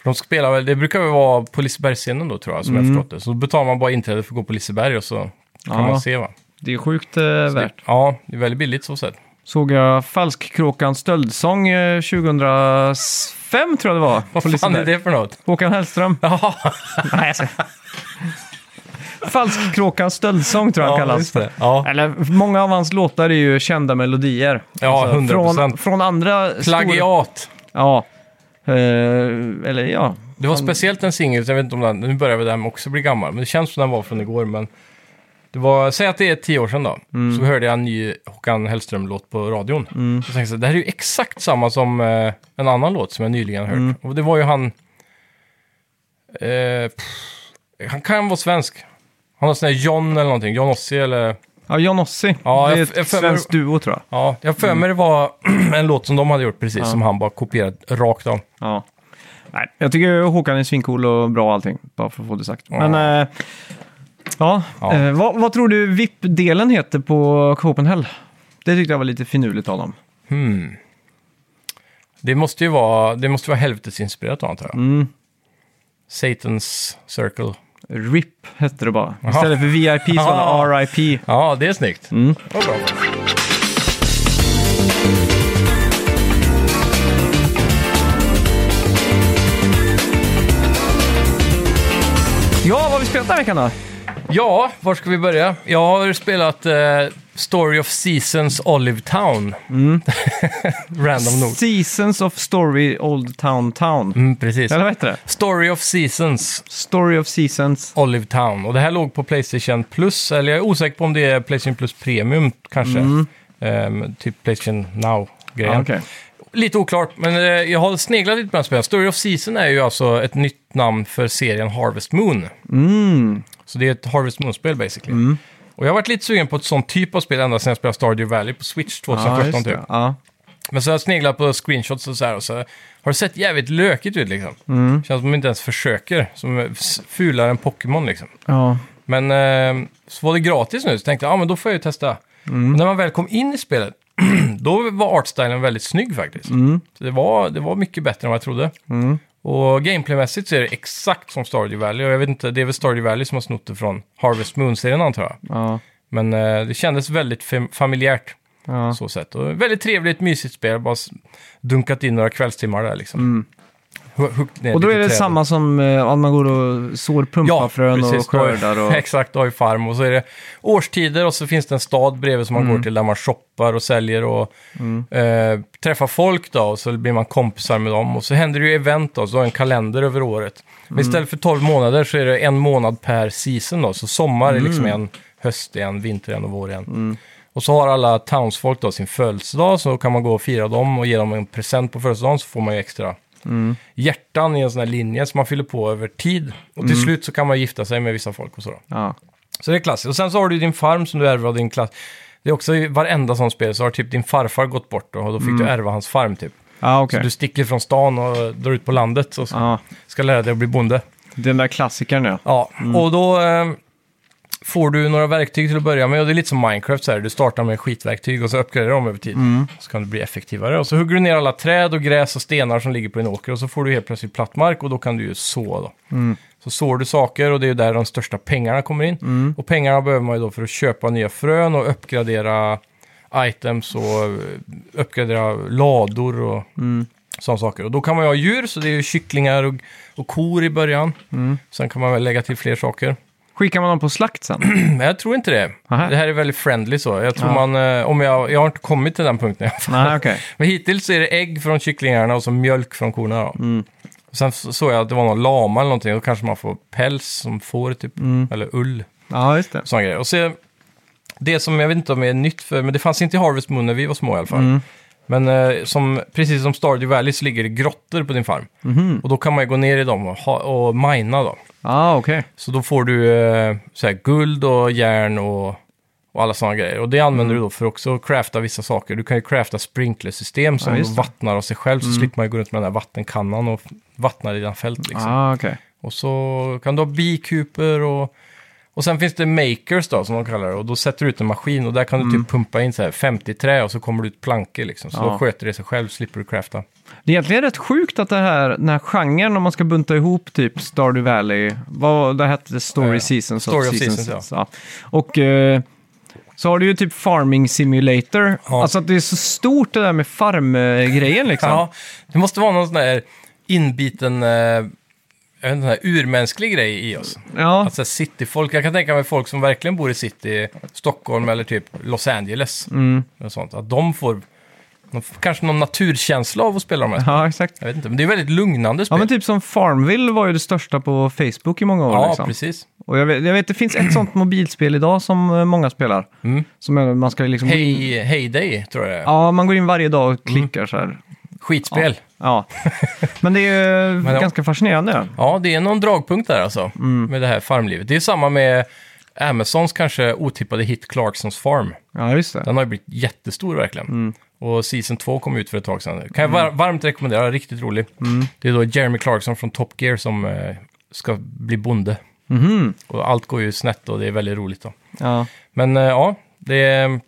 Speaker 1: De spelar väl, det brukar väl vara på Lisebergsscenen då tror jag, som jag förstått det. Så då betalar man bara inträde för att gå på Liseberg och så kan
Speaker 2: Mm. Ja.
Speaker 1: man se va.
Speaker 2: Det är sjukt eh, värt.
Speaker 1: Ja, det är väldigt billigt så sett.
Speaker 2: Såg jag Falskkråkans stöldsång eh, 2005 tror jag det var. på
Speaker 1: Vad fan
Speaker 2: Liseberg.
Speaker 1: är det för något?
Speaker 2: Håkan Hellström.
Speaker 1: Jaha,
Speaker 2: Nej, jag skojar. Falskkråkans stöldsång tror jag han kallas.
Speaker 1: just det. Ja.
Speaker 2: Eller, många av hans låtar är ju kända melodier.
Speaker 1: Ja, 100%.
Speaker 2: Från, från andra... stora-
Speaker 1: Plagiat.
Speaker 2: Ja. Eh, eller ja.
Speaker 1: Det var speciellt en singel, jag vet inte om den, nu börjar vi den också bli gammal, men det känns som den var från igår, men Det var, säg att det är tio år sedan då, så hörde jag en ny Håkan Hellström-låt på radion. Och så tänkte jag så här, det här är ju exakt samma som eh, en annan låt som jag nyligen har hört. Och det var ju han... Eh, pff, han kan vara svensk. Han har sån här John eller någonting, John Ossie eller...
Speaker 2: Ja, John Ossi.
Speaker 1: Ja,
Speaker 2: det är
Speaker 1: jag- jag
Speaker 2: ett
Speaker 1: för-
Speaker 2: svenskt duo tror jag.
Speaker 1: Ja, jag har för mig det var en låt som de hade gjort precis, som han bara kopierat rakt av.
Speaker 2: Ja. Nej, jag tycker Håkan är svincool och bra och allting, bara för att få det sagt. Men, eh, ja.
Speaker 1: Ja.
Speaker 2: Eh, vad, vad tror du VIP-delen heter på Copenhagen? Det tyckte jag var lite finurligt av dem.
Speaker 1: Det måste ju vara, det måste vara helvetesinspirerat då, antar jag.
Speaker 2: Mm.
Speaker 1: Satan's Circle.
Speaker 2: RIP hette det bara. Istället för VIP så var det RIP.
Speaker 1: Ja, det är snyggt.
Speaker 2: Mm.
Speaker 1: Det var bra.
Speaker 2: Ja, vad har vi spelat den här veckan då?
Speaker 1: Ja, var ska vi börja? Jag har spelat eh, Story of Seasons Olive Town.
Speaker 2: Mm.
Speaker 1: Random nog.
Speaker 2: Seasons of Story Old Town Town.
Speaker 1: Mm, precis.
Speaker 2: Eller vad heter det?
Speaker 1: Story of Seasons
Speaker 2: Story of Seasons.
Speaker 1: Olive Town. Och det här låg på Playstation Plus, eller jag är osäker på om det är Playstation Plus Premium kanske. Ehm, typ Playstation Now-grejen.
Speaker 2: Ja, Mm. Ah, okej.
Speaker 1: Lite oklart, men eh, jag har sneglat lite på den här spelen. Story of Season är ju alltså ett nytt namn för serien Harvest Moon.
Speaker 2: Mm.
Speaker 1: Så det är ett Harvest Moon-spel basically. Och jag har varit lite sugen på ett sånt typ av spel ända sedan jag spelade Stardew Valley på Switch
Speaker 2: Ja,
Speaker 1: 2017
Speaker 2: just
Speaker 1: typ.
Speaker 2: det. Ja.
Speaker 1: Men så har jag sneglat på screenshots och så här och så har det sett jävligt lökigt ut liksom.
Speaker 2: Mm.
Speaker 1: Känns som att de inte ens försöker. Som är s- fulare än Pokémon liksom.
Speaker 2: ja.
Speaker 1: Men eh, så var det gratis nu, så tänkte jag, ah, men då får jag ju testa.
Speaker 2: Mm.
Speaker 1: Och när man väl kom in i spelet, då var artstylen väldigt snygg faktiskt.
Speaker 2: Mm.
Speaker 1: Så det, var, det var mycket bättre än vad jag trodde. Och gameplaymässigt så är det exakt som Stardew Valley. Och jag vet inte, det är väl Stardew Valley som har snott det från Harvest Moon-serien antar jag.
Speaker 2: ja.
Speaker 1: Men eh, det kändes väldigt fam- familjärt.
Speaker 2: Ja.
Speaker 1: Så sätt. Och väldigt trevligt, mysigt spel. Bara s- dunkat in några kvällstimmar där liksom. Hu- huggit ner
Speaker 2: Mm. Och då
Speaker 1: lite
Speaker 2: är det
Speaker 1: träd.
Speaker 2: samma som eh, att man går och sår pumpafrön och
Speaker 1: Du har ju-
Speaker 2: skördar. Och...
Speaker 1: Exakt, du har ju farm och så är det årstider och så finns det en stad bredvid som man går till där man shoppar och säljer och eh, träffar folk då och så blir man kompisar med dem och så händer det ju event då, så du har en kalender över året. Men istället för 12 månader så är det en månad per season då, så sommar är liksom en, höst är en, vinter är en och vår är en. Och så har alla townsfolk då sin födelsedag, så kan man gå och fira dem och ge dem en present på födelsedagen så får man ju extra hjärtan i en sån här linje som man fyller på över tid. Och till slut så kan man gifta sig med vissa folk och sådär.
Speaker 2: Ja.
Speaker 1: Så det är klassiskt. Och sen så har du din farm som du ärver av din klass. Det är också i varenda sån spel så har typ din farfar gått bort och då fick du ärva hans farm typ.
Speaker 2: Ja,
Speaker 1: Så
Speaker 2: Mm. Ah, okej.
Speaker 1: du sticker från stan och drar ut på landet och så
Speaker 2: Ja,
Speaker 1: ska lära dig att bli bonde.
Speaker 2: den där klassikern ja.
Speaker 1: Ja, och då eh, får du några verktyg till att börja med. Och det är lite som Minecraft, så här. du startar med skitverktyg och så uppgraderar de över tid. Så kan du bli effektivare. Och så hugger du ner alla träd och gräs och stenar som ligger på din åker. Och så får du helt plötsligt platt mark och då kan du ju så. Då. Så sår du saker och det är ju där de största pengarna kommer in. Och pengarna behöver man ju då för att köpa nya frön och uppgradera items och eh, uppgradera lador och sådana saker. Och då kan man ju ha djur, så det är ju kycklingar och, och kor i början.
Speaker 2: Mm.
Speaker 1: Sen kan man väl lägga till fler saker.
Speaker 2: Skickar man dem på slakt sen?
Speaker 1: Men jag tror inte det.
Speaker 2: Aha.
Speaker 1: Det här är väldigt friendly så. Jag tror man, eh, om jag, jag har inte kommit till den punkten i alla fall.
Speaker 2: Nej, okej.
Speaker 1: Men hittills är det ägg från kycklingarna och så mjölk från korna. Då.
Speaker 2: Mm.
Speaker 1: Och sen så- såg jag att det var någon lama eller någonting. Då kanske man får päls som får typ,
Speaker 2: Mm.
Speaker 1: eller ull.
Speaker 2: Ja, just det.
Speaker 1: Sån grej. Och så, det som jag vet inte om är nytt för, men det fanns inte i Harvest Moon när vi var små i alla fall.
Speaker 2: Mm.
Speaker 1: Men eh, som, precis som Stardew Valley så ligger det grottor på din farm.
Speaker 2: Mhm.
Speaker 1: Och då kan man ju gå ner i dem och, ha, och mina då.
Speaker 2: Ja, Ah, okej.
Speaker 1: Så då får du eh, så här, guld och järn och, och alla sådana grejer. Och det använder du då för också att crafta vissa saker. Du kan ju crafta sprinklersystem som
Speaker 2: Ja, just det. Mm.
Speaker 1: vattnar av sig själv. Så slipper man ju gå runt med den där vattenkannan och vattnar dina fält. Liksom.
Speaker 2: Ja, Ah, okej.
Speaker 1: Och så kan du ha bikuper och... Och sen finns det makers då, som de kallar det. Och då sätter du ut en maskin och där kan du typ pumpa in så här 50 trä och så kommer det ut plankor liksom. Så då
Speaker 2: Mm. Ja.
Speaker 1: sköter det sig själv, slipper du crafta.
Speaker 2: Det är egentligen rätt sjukt att det här, den här genren, om man ska bunta ihop typ Stardew Valley, vad det hette, Story
Speaker 1: Ja, ja.
Speaker 2: Seasons.
Speaker 1: Story of Seasons,
Speaker 2: ja. Och eh, så har du ju typ Farming Simulator.
Speaker 1: Ja.
Speaker 2: Alltså att det är så stort det där med farmgrejen liksom.
Speaker 1: Ja, det måste vara någon sån där inbiten, eh, jag vet inte, sån här urmänsklig grej i oss.
Speaker 2: ja.
Speaker 1: Alltså cityfolk, jag kan tänka mig folk som
Speaker 2: Mm.
Speaker 1: verkligen bor i city, Stockholm eller typ Los Angeles. Och sånt, att de får Någon- Kanske någon naturkänsla av att spela de här.
Speaker 2: Ja, exakt.
Speaker 1: Jag vet inte, men det är väldigt lugnande
Speaker 2: Ja,
Speaker 1: spel.
Speaker 2: men typ som Farmville var ju det största på Facebook i många år.
Speaker 1: Ja,
Speaker 2: liksom.
Speaker 1: precis.
Speaker 2: Och jag vet, jag vet, det finns ett sånt mobilspel idag som eh, många spelar.
Speaker 1: Mm.
Speaker 2: Som är- man ska liksom...
Speaker 1: Hey, Heyday, tror jag det är.
Speaker 2: Ja, man går in varje dag och klickar
Speaker 1: Mm.
Speaker 2: så här.
Speaker 1: Skitspel. Ja.
Speaker 2: Ja. Men det är ju
Speaker 1: ja.
Speaker 2: ganska fascinerande.
Speaker 1: det är någon dragpunkt där alltså, med det här farmlivet. Det är samma med Amazons kanske otippade hit Clarksons Farm.
Speaker 2: Ja, just det.
Speaker 1: Den har ju blivit jättestor verkligen. Och Season 2 kom ut för ett tag sedan. Kan jag var- varmt rekommendera, riktigt rolig. Det är då Jeremy Clarkson från Top Gear som eh, ska bli bonde. Och allt går ju snett och det är väldigt roligt då.
Speaker 2: Ja.
Speaker 1: Men eh, ja, det är,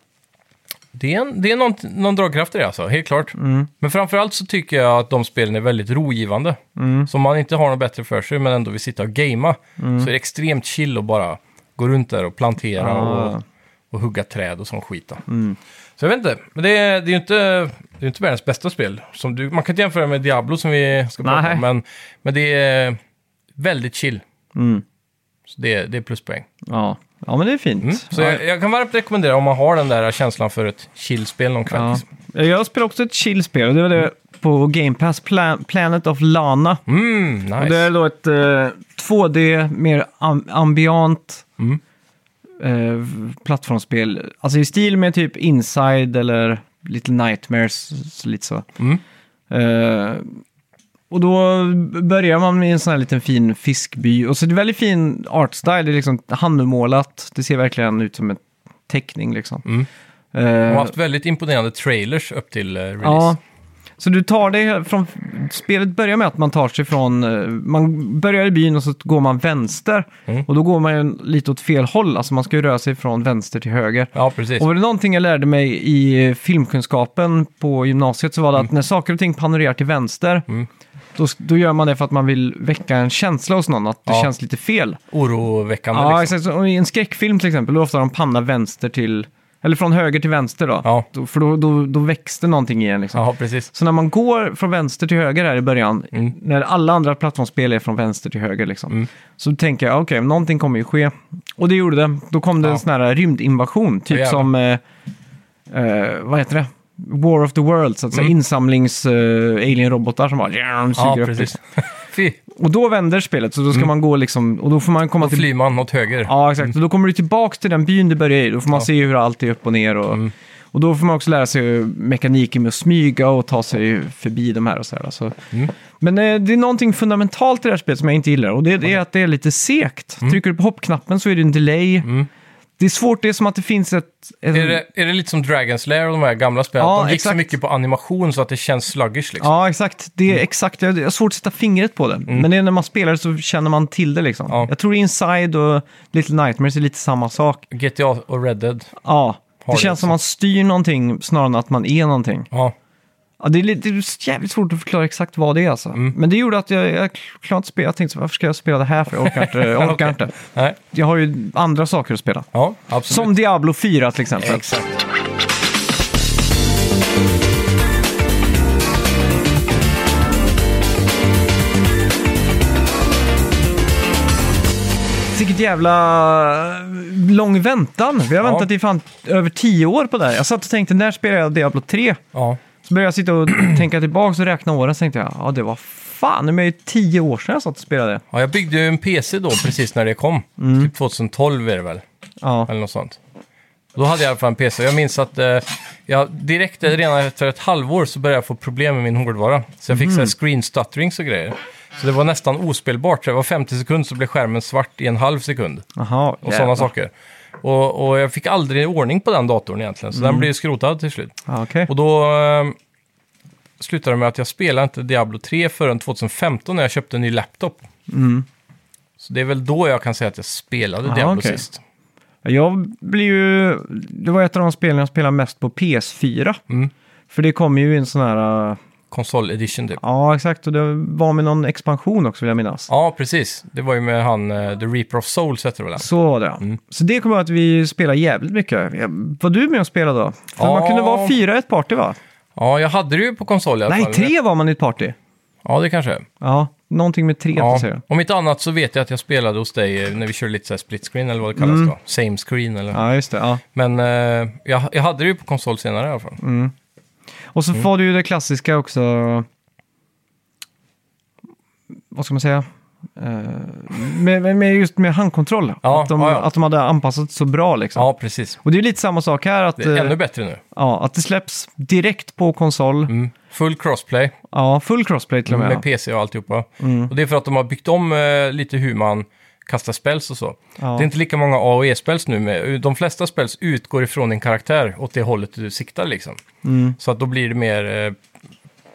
Speaker 1: det är, en, det är någon, någon dragkraft i det alltså, helt klart.
Speaker 2: Mm.
Speaker 1: Men framförallt så tycker jag att de spelen är väldigt rogivande.
Speaker 2: Mm.
Speaker 1: Så om man inte har något bättre för sig men ändå vill sitta och gamea så är det extremt chill att bara gå runt där och plantera
Speaker 2: Ah.
Speaker 1: och, och hugga träd och sån skit. Då.
Speaker 2: Mm.
Speaker 1: Så jag vet inte, men det är, det är ju inte, det är inte världens bästa spel. Som du, man kan inte jämföra med Diablo som vi ska prata
Speaker 2: Nej.
Speaker 1: om, men, men det är väldigt chill.
Speaker 2: Mm.
Speaker 1: Så det, det är pluspoäng.
Speaker 2: Ja. ja, men det är fint.
Speaker 1: Mm. Så jag, jag kan varmt rekommendera om man har den där känslan för ett chillspel någon kväll.
Speaker 2: Ja.
Speaker 1: liksom.
Speaker 2: Ja. Jag spelar också ett chillspel och det var det på Game Pass, Pla- Planet of Lana.
Speaker 1: Mm,
Speaker 2: Och
Speaker 1: nice.
Speaker 2: Det är då ett eh, 2D, mer am- ambiant
Speaker 1: Mm.
Speaker 2: eh, plattformsspel. Alltså i stil med typ Inside eller Little Nightmares, så lite så.
Speaker 1: Mm.
Speaker 2: Eh, och då börjar man med en sån här liten fin fiskby. Och så är det väldigt fin art style, det är liksom handmålat. Det ser verkligen ut som en teckning liksom.
Speaker 1: Mm. De
Speaker 2: Eh,
Speaker 1: har haft väldigt imponerande trailers upp till eh, release.
Speaker 2: Ja. Så du tar dig från... Spelet börjar med att man tar sig från... eh, Man börjar i byn och så går man vänster.
Speaker 1: Mm.
Speaker 2: Och då går man ju lite åt fel håll. Alltså man ska ju röra sig från vänster till höger.
Speaker 1: Ja, precis.
Speaker 2: Och var det någonting jag lärde mig i eh, filmkunskapen på gymnasiet så var det att när saker och ting panorerar till vänster,
Speaker 1: Mm.
Speaker 2: då, då gör man det för att man vill väcka en känsla hos någon att det
Speaker 1: Ja.
Speaker 2: känns lite fel.
Speaker 1: Oroväckande
Speaker 2: Ja,
Speaker 1: liksom.
Speaker 2: exakt. Så I en skräckfilm till exempel, då är det ofta de pannar vänster till... Eller från höger till vänster då.
Speaker 1: Ja.
Speaker 2: Då- För då, då, då växte någonting i en liksom.
Speaker 1: Ja, precis.
Speaker 2: Så när man går från vänster till höger här i början,
Speaker 1: Mm.
Speaker 2: när alla andra plattformsspel är från vänster till höger, liksom, så tänker jag okej, någonting kommer ju ske. Och det gjorde det. Då kom det
Speaker 1: Ja.
Speaker 2: en sån här rymdinvasion, typ
Speaker 1: jävlar.
Speaker 2: som, eh, eh, vad heter det? War of the Worlds, alltså
Speaker 1: Mm.
Speaker 2: insamlings-alien-robotar som bara suger
Speaker 1: Ja,
Speaker 2: upp.
Speaker 1: precis. Mm.
Speaker 2: liksom.
Speaker 1: Fy,
Speaker 2: Och då vänder spelet, så då ska man gå liksom, och då får man komma
Speaker 1: då
Speaker 2: till...
Speaker 1: flyr man åt höger.
Speaker 2: Ja, exakt. Och då kommer du tillbaka till den byn du börjar i. Då får man se hur allt är upp och ner. Och,
Speaker 1: Mm.
Speaker 2: och då får man också lära sig mekaniken med att smyga och ta sig förbi de här och så här. Alltså.
Speaker 1: Mm.
Speaker 2: Men eh, det är någonting fundamentalt i det här spelet som jag inte gillar. Och det, det är att det är lite segt.
Speaker 1: Mm.
Speaker 2: Trycker du på hoppknappen så är det en delay. Det är svårt, det är som att det finns ett... ett
Speaker 1: Är, det, är det lite som Dragon's Lair och de här gamla spelen?
Speaker 2: Ja,
Speaker 1: de gick så
Speaker 2: exakt.
Speaker 1: mycket på animation så att det känns sluggish liksom.
Speaker 2: Ja, exakt. Det är exakt. Jag jag har svårt att sätta fingret på det. Men det är när man spelar så känner man till det liksom.
Speaker 1: Mm. Ja.
Speaker 2: Jag tror Inside och Little Nightmares är lite samma sak.
Speaker 1: GTA och Red Dead.
Speaker 2: Ja,
Speaker 1: Har
Speaker 2: det
Speaker 1: det
Speaker 2: känns som
Speaker 1: också.
Speaker 2: man styr någonting snarare än att man är någonting.
Speaker 1: Ja,
Speaker 2: Ja, det, är lite, det är jävligt svårt att förklara exakt vad det är alltså.
Speaker 1: Mm.
Speaker 2: Men det gjorde att jag, jag klarade inte spela. Jag tänkte, så, varför ska jag spela det här för? Jag orkar inte. Jag, orkar
Speaker 1: Okej.
Speaker 2: inte.
Speaker 1: nej.
Speaker 2: jag har ju andra saker att spela.
Speaker 1: Ja, absolut.
Speaker 2: Som Diablo 4 till exempel.
Speaker 1: Exakt.
Speaker 2: Vilket jävla eh, lång väntan. Vi har
Speaker 1: Ja.
Speaker 2: väntat i fan över tio år på det här. Jag satt och tänkte, när spelar jag Diablo 3?
Speaker 1: Ja.
Speaker 2: Så började jag sitta och tänka tillbaka och räkna åren. Så tänkte jag, ja det var fan, det är ju tio år sedan jag satt och spelade.
Speaker 1: ja, jag byggde ju en PC då precis när det kom.
Speaker 2: Mm.
Speaker 1: Typ 2012 är det väl.
Speaker 2: Ja,
Speaker 1: Eller något sånt. Då hade jag i alla fall en PC. Jag minns att eh, jag direkt eh, redan efter ett halvår så började jag få problem med min hårdvara. Så jag fick
Speaker 2: Mm.
Speaker 1: så här screen stutterings och grejer. Så det var nästan ospelbart. Så det var 50 sekunder så blev skärmen svart i en halv sekund.
Speaker 2: Aha,
Speaker 1: Och
Speaker 2: jävlar.
Speaker 1: sådana saker. Och, och jag fick aldrig ordning på den datorn egentligen.
Speaker 2: Mm.
Speaker 1: Så den blev ju skrotad till slut.
Speaker 2: Ja, okej.
Speaker 1: Och då eh, slutade det med att jag spelade inte Diablo 3 förrän 2015 när jag köpte en ny laptop. Så det är väl då jag kan säga att jag spelade
Speaker 2: Mm. Ah,
Speaker 1: Diablo
Speaker 2: okej.
Speaker 1: sist.
Speaker 2: Jag blir ju... Det var ett av de spelen jag spelade mest på PS4.
Speaker 1: Mm.
Speaker 2: För det kom ju i en sån här... äh,
Speaker 1: Konsol edition typ.
Speaker 2: Ja, exakt. Och det var med någon expansion också, vill jag minnas.
Speaker 1: Ja, precis. Det var ju med han, eh, The Reaper of Souls hette det väl? han?
Speaker 2: Så var det, ja.
Speaker 1: Mm.
Speaker 2: Så det kommer jag att vi spelar jävligt mycket. Jag- Var du med och spelade då? För
Speaker 1: Ja.
Speaker 2: man kunde vara fyra i ett party, va?
Speaker 1: Ja, jag hade det ju på konsol i alla
Speaker 2: Nej,
Speaker 1: fall.
Speaker 2: tre var man i ett party.
Speaker 1: Ja, det kanske. är.
Speaker 2: Ja, någonting med tre,
Speaker 1: Ja.
Speaker 2: ja. säger jag.
Speaker 1: Om inte annat så vet jag att jag spelade hos dig eh, när vi körde lite så här split screen eller vad det kallas
Speaker 2: Mm.
Speaker 1: då. Same screen eller...
Speaker 2: Ja, just det. Ja. Mm.
Speaker 1: Men eh, jag, jag hade det ju på konsol senare i alla fall.
Speaker 2: Och så får du ju det klassiska också. Vad ska man säga? Eh, med, med- med just med handkontroll.
Speaker 1: Ja,
Speaker 2: att, de,
Speaker 1: ja, ja.
Speaker 2: att de hade anpassat så bra liksom.
Speaker 1: Ja, precis.
Speaker 2: Och det är ju lite samma sak här. Att,
Speaker 1: Det är
Speaker 2: eh,
Speaker 1: ännu bättre nu.
Speaker 2: ja, att det släpps direkt på konsol.
Speaker 1: Mm. Full crossplay
Speaker 2: Ja, full crossplay till och med. Mm.
Speaker 1: med PC och alltihopa. Och det är för att de har byggt om eh, lite hur man kastar spells och så.
Speaker 2: Ja.
Speaker 1: Det är inte lika många A och E-spels nu. Med. De flesta spels utgår ifrån din karaktär åt det hållet du siktar liksom.
Speaker 2: Mm.
Speaker 1: Så att då blir det mer eh,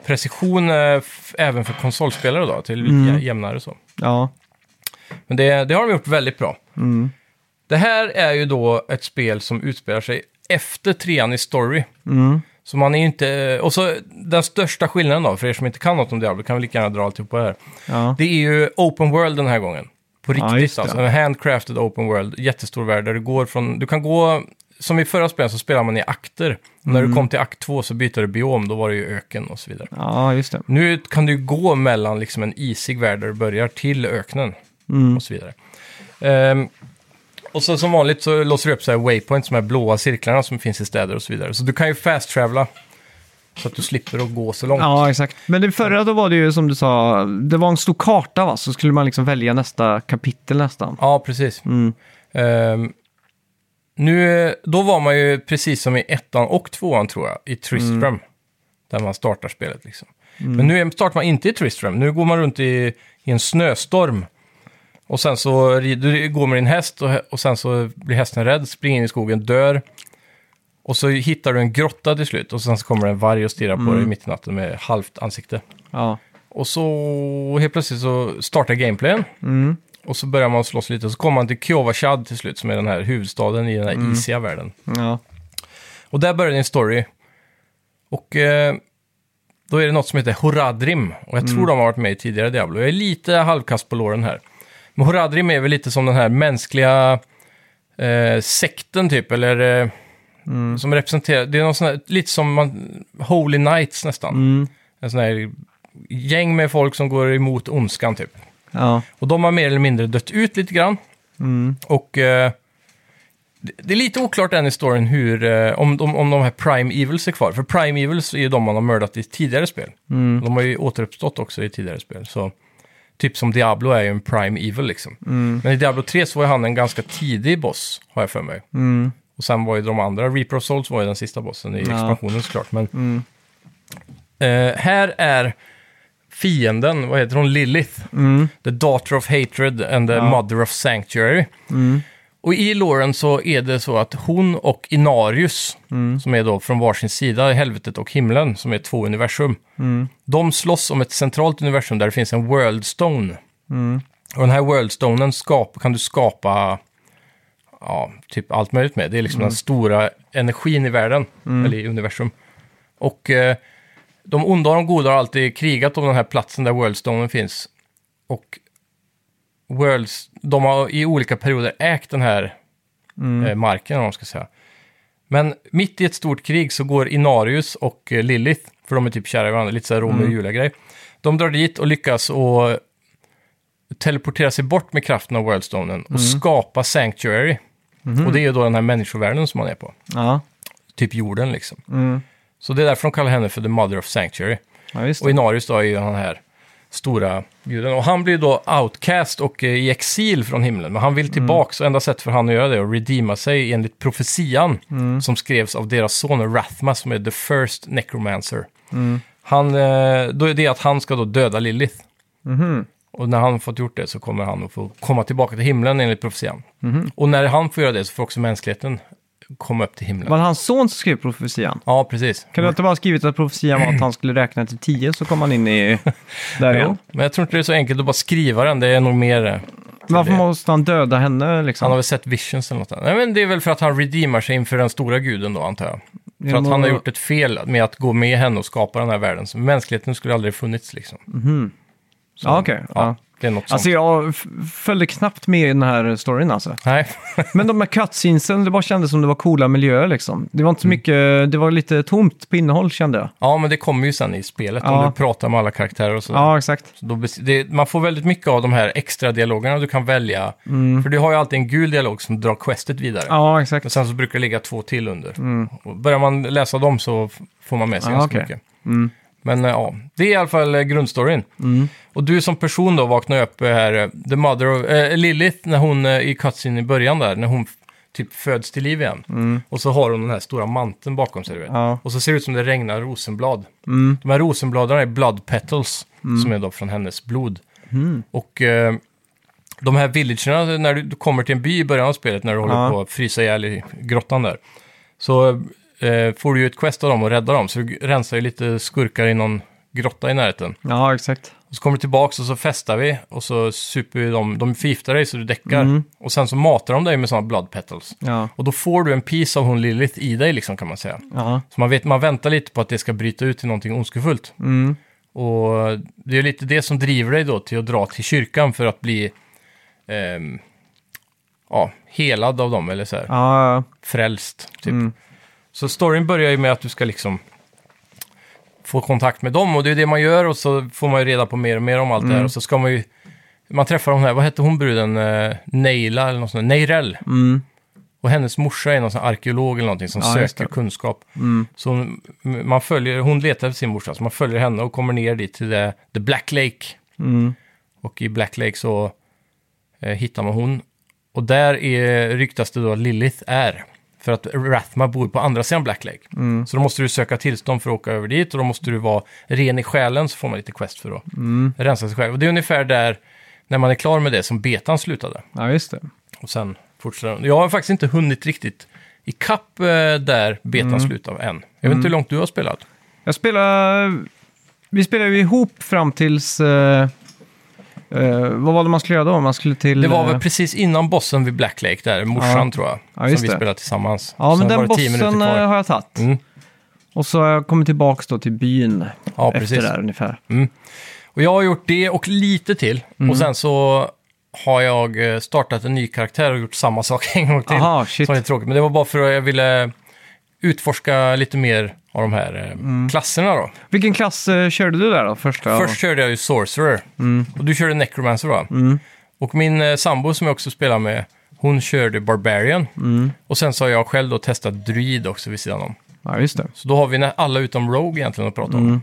Speaker 1: precision eh, f- även för konsolspelare då, till mm. jämnare så.
Speaker 2: Ja,
Speaker 1: Men det, det har de gjort väldigt bra.
Speaker 2: Mm.
Speaker 1: Det här är ju då ett spel som utspelar sig efter trean i story.
Speaker 2: Mm.
Speaker 1: Så man är ju inte... Och så den största skillnaden då, för er som inte kan något om Diablo, kan vi lika gärna dra alltihopa här.
Speaker 2: ja.
Speaker 1: Det är ju open world den här gången. På riktigt
Speaker 2: just det.
Speaker 1: alltså. En handcrafted open world, jättestor värld där du går från... Du kan gå... Som i förra spelet så spelar man i akter. När
Speaker 2: Mm.
Speaker 1: du kom till akt 2 så byter du biom, då var det ju öken och så vidare.
Speaker 2: ja just det.
Speaker 1: Nu kan du gå mellan liksom en isig värld där du börjar till öknen och så vidare. Ehm, och så som vanligt så låser du upp så här waypoints, de här blåa cirklarna som finns i städer och så vidare. Så du kan ju fast travela så att du slipper att gå så långt.
Speaker 2: Ja, exakt. Men det förra då var det ju som du sa, det var en stor karta va? Så skulle man liksom välja nästa kapitel nästan.
Speaker 1: Ja, precis. Ehm, nu, då var man ju precis som i ettan och tvåan tror jag, i Tristram. Där man startar spelet liksom. Men nu är- startar man inte i Tristram, nu går man runt i, i en snöstorm. Och sen så rid- du går med din häst och, hä- och sen så blir hästen rädd, springer in i skogen, dör. Och så hittar du en grotta till slut och sen så kommer det en varg och stirrar på dig mitt i natten med halvt ansikte.
Speaker 2: Ja,
Speaker 1: Och så helt plötsligt så startar gameplayen. Och så börjar man slåss lite. Och så kommer man till Kyovashad till slut, som är den här huvudstaden i den här isiga världen.
Speaker 2: ja.
Speaker 1: Och där börjar din story. Och eh, då är det något som heter Horadrim. Och jag tror de har varit med i tidigare Diablo. Jag är lite halvkast på låren här. Men Horadrim är väl lite som den här mänskliga eh, sekten typ, eller eh, som representerar... Det är någon sån här, lite som man, Holy Knights nästan. En sån här gäng med folk som går emot ondskan typ.
Speaker 2: ja.
Speaker 1: Och de har mer eller mindre dött ut lite grann. Och eh, det- det är lite oklart än i storyn hur, eh, om, om, om de här Prime Evils är kvar. För Prime Evils är ju de man har mördat i tidigare spel. De har ju återuppstått också i tidigare spel. Så typ som Diablo är ju en Prime Evil liksom. Men i Diablo 3 så var ju han en ganska tidig boss, har jag för mig. Och sen var ju de andra, Reaper of Souls var ju den sista bossen i expansionen såklart. Men eh, här är fienden, vad heter hon, Lilith? The Daughter of Hatred and the Mother of Sanctuary. Och i Loren så är det så att hon och Inarius, som är då från varsin sida, helvetet och himlen, som är två universum, de slåss om ett centralt universum där det finns en worldstone. Och den här worldstonen skap, kan du skapa ja, typ allt möjligt med. Det är liksom den stora energin i världen, eller i universum. Och eh, de onda och de goda har alltid krigat om den här platsen där worldstonen finns. Och Worlds, de har i olika perioder ägt den här eh, marken, om man ska säga. Men mitt i ett stort krig så går Inarius och eh, Lilith, för de är typ kära i varandra, lite så här Romeo och Julia-grej. De drar dit och lyckas och teleportera sig bort med kraften av Worldstonen och skapa Sanctuary. Och det är ju då den här människovärlden som man är på,
Speaker 2: Ja,
Speaker 1: typ jorden liksom. Så det är därför de kallar henne för The Mother of Sanctuary.
Speaker 2: ja just
Speaker 1: Och
Speaker 2: det.
Speaker 1: Inarius då är ju den här stora guden. Och han blir då outcast och eh, i exil från himlen. Men han vill tillbaks och enda sättet för han att göra det är att redeema sig enligt profetian som skrevs av deras son Rathma som är the first necromancer. Han, eh, då är det att han ska då döda Lilith. Och när han fått gjort det så kommer han att få komma tillbaka till himlen enligt profetian. Och när han får göra det så får också mänskligheten komma upp till himlen.
Speaker 2: Var det hans son som skrev profetian?
Speaker 1: Ja, precis.
Speaker 2: Kan du inte bara ha skrivit att profetian var att han skulle räkna till tio så kom han in i... Där
Speaker 1: Jo,
Speaker 2: igen.
Speaker 1: Men jag tror inte det är så enkelt att bara skriva den, det är nog mer... eh,
Speaker 2: Varför
Speaker 1: det.
Speaker 2: måste han döda henne liksom?
Speaker 1: Han har väl sett Visions eller något annat. Nej, men det är väl för att han redeemar sig inför den stora guden då, antar jag. För
Speaker 2: Ja,
Speaker 1: att
Speaker 2: men-
Speaker 1: han har gjort ett fel med att gå med henne och skapa den här världen. Så mänskligheten skulle aldrig funnits liksom.
Speaker 2: Ja, okej. Ja.
Speaker 1: Det är något sånt.
Speaker 2: Alltså jag f- följde knappt med i den här storyn alltså.
Speaker 1: Nej.
Speaker 2: Men de här cutscenesen, det bara kändes som det var coola miljöer liksom. Det var inte så
Speaker 1: Mm.
Speaker 2: mycket, det var lite tomt på innehåll kände jag.
Speaker 1: ja, men det kommer ju sen i spelet om
Speaker 2: Ja.
Speaker 1: du pratar med alla karaktärer och så.
Speaker 2: Ja, exakt.
Speaker 1: Så Då, bes- det, man får väldigt mycket av de här extra dialogerna du kan välja. För du har ju alltid en gul dialog som drar questet vidare.
Speaker 2: Mm. Ja, exakt.
Speaker 1: Men sen så brukar det ligga två till under. Och börjar man läsa dem så f- får man med sig
Speaker 2: Ah,
Speaker 1: ganska
Speaker 2: okej.
Speaker 1: mycket. Men eh, ja, det är i alla fall eh, grundstoryn.
Speaker 2: Mm.
Speaker 1: Och du som person då vaknar upp eh, här, eh, The Mother of, eh, Lilith, när hon eh, i cutscene i början där, när hon f- typ föds till liv igen. Och så har hon den här stora manteln bakom sig, du vet.
Speaker 2: Mm. Ja.
Speaker 1: Och så ser det ut som det regnar rosenblad. De här rosenbladen är blood petals, som är då från hennes blod. Och eh, de här villagerna, när du, du kommer till en by i början av spelet, när du håller
Speaker 2: Ja.
Speaker 1: på att frysa ihjäl i grottan där, så eh, får du ju ett quest av dem och rädda dem. Så du rensar ju lite skurkar i någon grotta i närheten.
Speaker 2: Ja, exakt.
Speaker 1: Och så kommer du tillbaka och så festar vi och så super ju de, de förgiftar dig så du däckar. Och sen så matar de dig med sådana blood petals.
Speaker 2: Ja.
Speaker 1: Och då får du en piece av hon Lilith i dig liksom kan man säga.
Speaker 2: Ja.
Speaker 1: Så man, vet, man väntar lite på att det ska bryta ut till någonting ondskefullt. Och det är lite det som driver dig då till att dra till kyrkan för att bli ehm, ja, helad av dem, eller så här,
Speaker 2: Ja,
Speaker 1: frälst. Typ.
Speaker 2: Mm.
Speaker 1: Så storyn börjar ju med att du ska liksom få kontakt med dem och det är det man gör och så får man ju reda på mer och mer om allt
Speaker 2: Mm.
Speaker 1: det här och så ska man ju man träffar hon här, vad hette hon bruden, eh, Neila eller något sånt, där, Neirell. Och hennes morsa är någon sån här arkeolog eller någonting som
Speaker 2: Mm. Ja, just Mm.
Speaker 1: söker kunskap. Så hon, man följer, hon letar efter sin morsa, så man följer henne och kommer ner dit till the, the Black Lake.
Speaker 2: Mm.
Speaker 1: Och i Black Lake så eh, hittar man hon. Och där är, ryktas det då att Lilith är. För att Rathma bor på andra sidan Black Lake.
Speaker 2: Mm.
Speaker 1: Så då måste du söka tillstånd för att åka över dit och då måste du vara ren i själen så får man lite quest för att
Speaker 2: Mm.
Speaker 1: rensa sig själv. Och det är ungefär där, när man är klar med det, som betan slutade.
Speaker 2: ja just det.
Speaker 1: Och sen fortsätter den. Jag har faktiskt inte hunnit riktigt i kapp eh, där betan
Speaker 2: Mm.
Speaker 1: slutade än. Jag vet inte hur långt du har spelat.
Speaker 2: Jag spelar... Vi spelade ju ihop fram tills... eh, eh, vad var det man skulle göra då? Man skulle till...
Speaker 1: Det var
Speaker 2: eh,
Speaker 1: väl precis innan bossen vid Black Lake där, morsan
Speaker 2: Ja.
Speaker 1: tror jag,
Speaker 2: Ja, just
Speaker 1: som vi
Speaker 2: det.
Speaker 1: spelade tillsammans.
Speaker 2: Ja,
Speaker 1: Sen
Speaker 2: men den
Speaker 1: var det 10 minuter
Speaker 2: bossen
Speaker 1: kvar.
Speaker 2: eh, har jag tagit.
Speaker 1: Mm.
Speaker 2: Och så har jag kommit tillbaka då till byn
Speaker 1: Ja,
Speaker 2: efter
Speaker 1: precis.
Speaker 2: det här ungefär.
Speaker 1: Och jag har gjort det och lite till.
Speaker 2: Mm.
Speaker 1: Och sen så har jag eh, startat en ny karaktär och gjort samma sak en gång till.
Speaker 2: Aha, shit.
Speaker 1: Som är tråkigt. Men det var bara för att jag ville utforska lite mer av de här eh,
Speaker 2: Mm.
Speaker 1: klasserna då.
Speaker 2: Vilken klass eh, körde du där då? Första?
Speaker 1: Först körde jag ju Sorcerer.
Speaker 2: Mm.
Speaker 1: Och du körde Necromancer va? Och min eh, sambo som jag också spelar med, hon körde Barbarian.
Speaker 2: Mm.
Speaker 1: Och sen så har jag själv då testat Druid också vid sidan om.
Speaker 2: Ja, just det.
Speaker 1: Så då har vi nä- alla utom Rogue egentligen att prata
Speaker 2: Mm.
Speaker 1: om.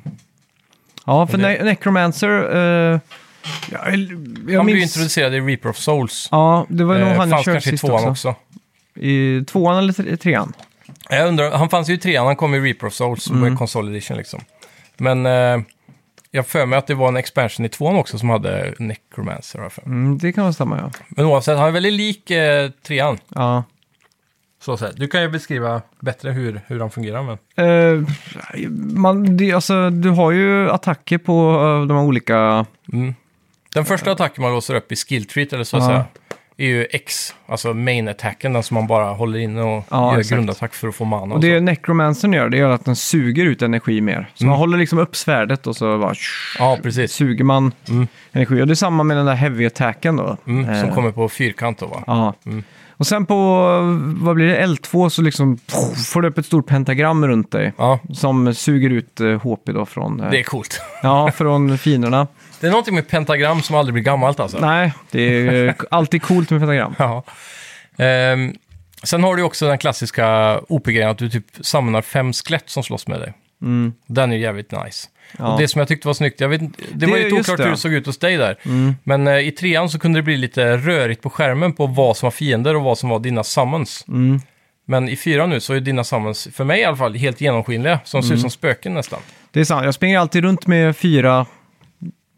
Speaker 2: Ja, för ne- Necromancer... eh, jag jag
Speaker 1: Han blev ju
Speaker 2: minns...
Speaker 1: introducerad i Reaper of Souls.
Speaker 2: Ja, det var nog
Speaker 1: Eh,
Speaker 2: han jag
Speaker 1: fanns
Speaker 2: körde
Speaker 1: kanske i
Speaker 2: sist
Speaker 1: tvåan
Speaker 2: också.
Speaker 1: också.
Speaker 2: I tvåan eller tre- trean?
Speaker 1: Jag undrar, han fanns ju i trean, han kom i Reaper of Souls, som var konsol edition liksom. Men eh, jag för mig att det var en expansion i tvåan också som hade Necromancer. har jag för mig.
Speaker 2: Mm, det kan väl stämma, ja.
Speaker 1: Men oavsett, han är väldigt lik eh, trean.
Speaker 2: ja.
Speaker 1: Så så här. Du kan ju beskriva bättre hur, hur han fungerar. Men...
Speaker 2: Eh, man, det, alltså, du har ju attacker på eh, de här olika...
Speaker 1: Den första attacken man låser upp i skill treat, eller så att
Speaker 2: Ja.
Speaker 1: säga, är ju X, alltså main-attacken, den som man bara håller inne och
Speaker 2: Ja,
Speaker 1: gör
Speaker 2: exakt.
Speaker 1: grundattack för att få mana.
Speaker 2: Och
Speaker 1: Och
Speaker 2: det
Speaker 1: så.
Speaker 2: necromancern gör, det gör att den suger ut energi mer. Så
Speaker 1: Mm.
Speaker 2: man håller liksom upp svärdet och så bara,
Speaker 1: Ja, precis.
Speaker 2: suger man energi. Och det är samma med den där heavy attacken då.
Speaker 1: Mm,
Speaker 2: Eh,
Speaker 1: som kommer på fyrkant då, va?
Speaker 2: Ja. Och sen på, vad blir det, L2 så liksom får du upp ett stort pentagram runt dig.
Speaker 1: Ja,
Speaker 2: Som suger ut eh, HP då från, eh,
Speaker 1: det är coolt.
Speaker 2: ja, från finerna.
Speaker 1: Det är någonting med pentagram som aldrig blir gammalt alltså.
Speaker 2: Nej, det är eh, alltid coolt med pentagram.
Speaker 1: Ja. Ehm, sen har du ju också den klassiska OP-grejen att du typ samlar fem skelett som slåss med dig. Den är ju jävligt nice.
Speaker 2: Mm. Ja.
Speaker 1: Och det som jag tyckte var snyggt, jag vet, inte- det,
Speaker 2: Det-
Speaker 1: var ju lite
Speaker 2: just
Speaker 1: oklart
Speaker 2: det.
Speaker 1: hur
Speaker 2: Mm.
Speaker 1: det såg ut hos dig där. Men eh, i trean så kunde det bli lite rörigt på skärmen på vad som var fiender och vad som var dina summons.
Speaker 2: Mm.
Speaker 1: Men i fyran nu så är dina summons, för mig i alla fall, helt genomskinliga. Som ser
Speaker 2: Mm.
Speaker 1: ut som spöken nästan.
Speaker 2: Det är sant, jag springer alltid runt med fyra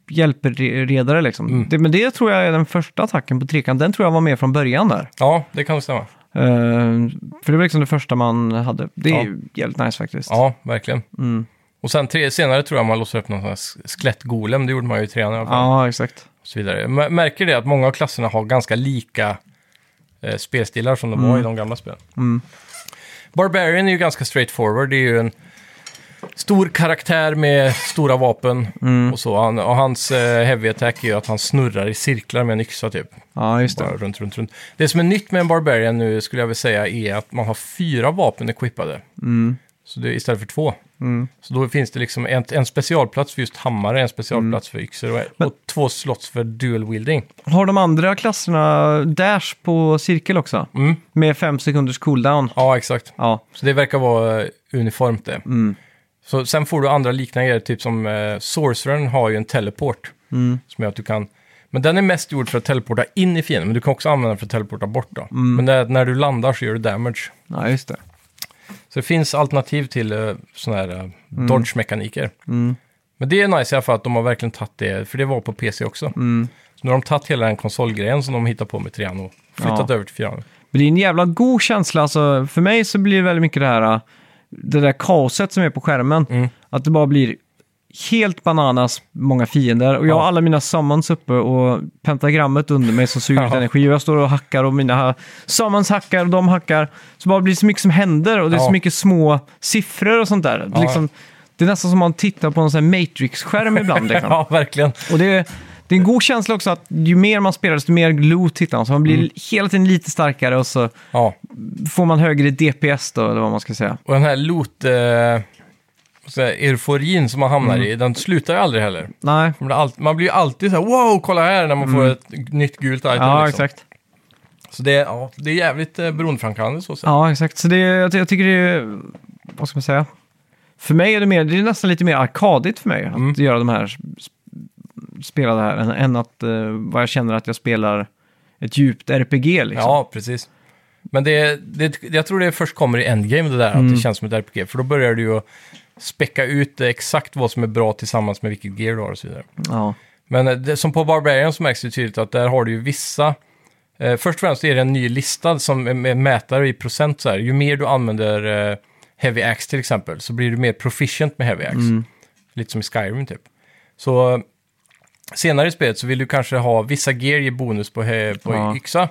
Speaker 2: hjälpredare liksom.
Speaker 1: Mm.
Speaker 2: Det, men det tror jag är den första attacken på trekant. Den tror jag var med från början där.
Speaker 1: Ja, det kan stämma.
Speaker 2: Eh, för det var liksom det första man hade. Det är
Speaker 1: Ja.
Speaker 2: ju jävligt nice faktiskt.
Speaker 1: Ja, verkligen.
Speaker 2: Mm.
Speaker 1: Och sen tre, senare tror jag man låser upp någon sån här sk- skelettgolem. Det gjorde man ju i trean i alla fall.
Speaker 2: Ja, exakt.
Speaker 1: och så vidare. Jag märker det att många av klasserna har ganska lika eh, spelstilar som de var i de gamla spelen. Barbarian är ju ganska straightforward. Det är ju en stor karaktär med stora vapen och så. Han, och hans eh, heavy attack är ju att han snurrar i cirklar med en yxa typ.
Speaker 2: Ja, just
Speaker 1: Bara
Speaker 2: det.
Speaker 1: runt, runt, runt. Det som är nytt med en Barbarian nu skulle jag vilja säga är att man har fyra vapen equippade. Så det är istället för två. Så då finns det liksom en, en specialplats för just hammare, en specialplats för yxor och, och två slots för dual wielding.
Speaker 2: Har de andra klasserna dash på cirkel också?
Speaker 1: Mm.
Speaker 2: Med fem sekunders cooldown?
Speaker 1: Ja, exakt.
Speaker 2: Ja,
Speaker 1: Så det verkar vara eh, uniformt det. Så sen får du andra liknande grejer, typ som eh, Sorcerern har ju en teleport. Som gör att du kan... Men den är mest gjord för att teleporta in i fienden, men du kan också använda den för att teleporta bort. Då. Men när, när du landar så gör du damage.
Speaker 2: ja just det.
Speaker 1: Så det finns alternativ till uh, sådana här eh,
Speaker 2: Mm.
Speaker 1: dodge-mekaniker. Men det är nice i alla fall att de har verkligen tagit det, för det var på PC också.
Speaker 2: Mm.
Speaker 1: Så nu har de tagit hela den konsolgrejen som de hittade på med trean och flyttat
Speaker 2: Ja.
Speaker 1: över till fyran.
Speaker 2: Men det är en jävla god känsla. Alltså, för mig så blir det väldigt mycket det här, äh, det där kaoset som är på skärmen.
Speaker 1: Mm.
Speaker 2: Att det bara blir helt bananas många fiender. Och jag
Speaker 1: Ja.
Speaker 2: har alla mina summons uppe och pentagrammet under mig som suger ut
Speaker 1: Ja.
Speaker 2: energi. Och jag står och hackar och mina ha- summons hackar och de hackar. Så bara blir det så mycket som händer och det är så
Speaker 1: Ja.
Speaker 2: mycket små siffror och sånt där. Det,
Speaker 1: Ja.
Speaker 2: är liksom, det är nästan som man tittar på en sån här Matrix-skärm ibland. Liksom.
Speaker 1: ja, verkligen.
Speaker 2: Och det är, det är en god känsla också att ju mer man spelar desto mer loot hittar man. Så man blir
Speaker 1: Mm.
Speaker 2: hela tiden lite starkare och så
Speaker 1: Ja.
Speaker 2: får man högre DPS då, eller vad man ska säga.
Speaker 1: Och den här loot... Eh, vad ska jag säga, euforin som man hamnar
Speaker 2: Mm.
Speaker 1: i, den slutar ju aldrig heller.
Speaker 2: Nej.
Speaker 1: Man blir, allt- man blir ju alltid så här, wow, kolla här, när man får ett nytt gult item.
Speaker 2: Mm. Ja,
Speaker 1: liksom.
Speaker 2: exakt.
Speaker 1: Så det, är- ja, det är jävligt eh, beroendeframkallande så sett.
Speaker 2: Ja, exakt. Så det, är- jag, ty- jag tycker det är, vad ska man säga? För mig är det, mer, det är nästan lite mer arkadigt för mig
Speaker 1: Mm.
Speaker 2: att göra de här, sp- spela det här, än, än att eh, vad jag känner att jag spelar ett djupt RPG liksom.
Speaker 1: Ja, precis. Men det, det, jag tror det först kommer i Endgame det där, att det känns som ett RPG. För då börjar du ju späcka ut eh, exakt vad som är bra tillsammans med vilket gear du har och så vidare.
Speaker 2: Ja.
Speaker 1: Men eh, det, som på Barbarian så märks det tydligt att där har du ju vissa... Eh, först och främst är det en ny lista som är med mätare i procent. Så här. Ju mer du använder eh, Heavy Axe till exempel så blir du mer proficient med Heavy Axe. Lite som i Skyrim typ. Så eh, senare i spelet så vill du kanske ha vissa gear ge bonus på, he- på
Speaker 2: Ja.
Speaker 1: yxa.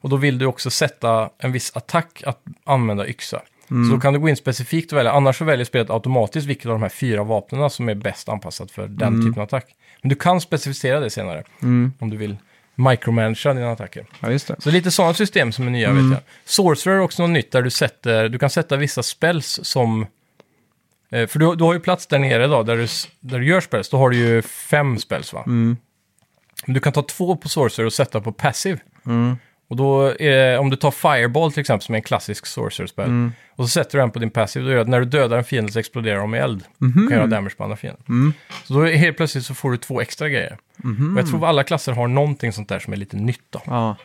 Speaker 1: Och då vill du också sätta en viss attack att använda yxa. Så då kan du gå in specifikt och välja, annars så väljer spelet automatiskt vilket av de här fyra vapnena som är bäst anpassat för den typen av attack. Men du kan specificera det senare om du vill micromanagera dina attacker.
Speaker 2: ja, just det. Mm.
Speaker 1: Så lite sådana system som är nya vet jag. Sorcerer är också något nytt där du, sätter, du kan sätta vissa spells som... eh, För du, du har ju plats där nere då, där du, s- där du gör spells. Då har du ju fem spells va?
Speaker 2: Mm.
Speaker 1: Men du kan ta två på sorcerer och sätta på passive.
Speaker 2: Mm.
Speaker 1: Och då, är det- om du tar fireball till exempel, som är en klassisk sorcerer-spel.
Speaker 2: Mm.
Speaker 1: Och så sätter du den på din passive, då gör det att när du dödar en fiende så exploderar de i eld. Du
Speaker 2: Mhm.
Speaker 1: kan göra damage på andra fienden.
Speaker 2: Mm.
Speaker 1: Så då är- helt plötsligt så får du två extra grejer.
Speaker 2: Mhm.
Speaker 1: Och jag tror alla klasser har någonting sånt där som är lite nytt då.
Speaker 2: Ja.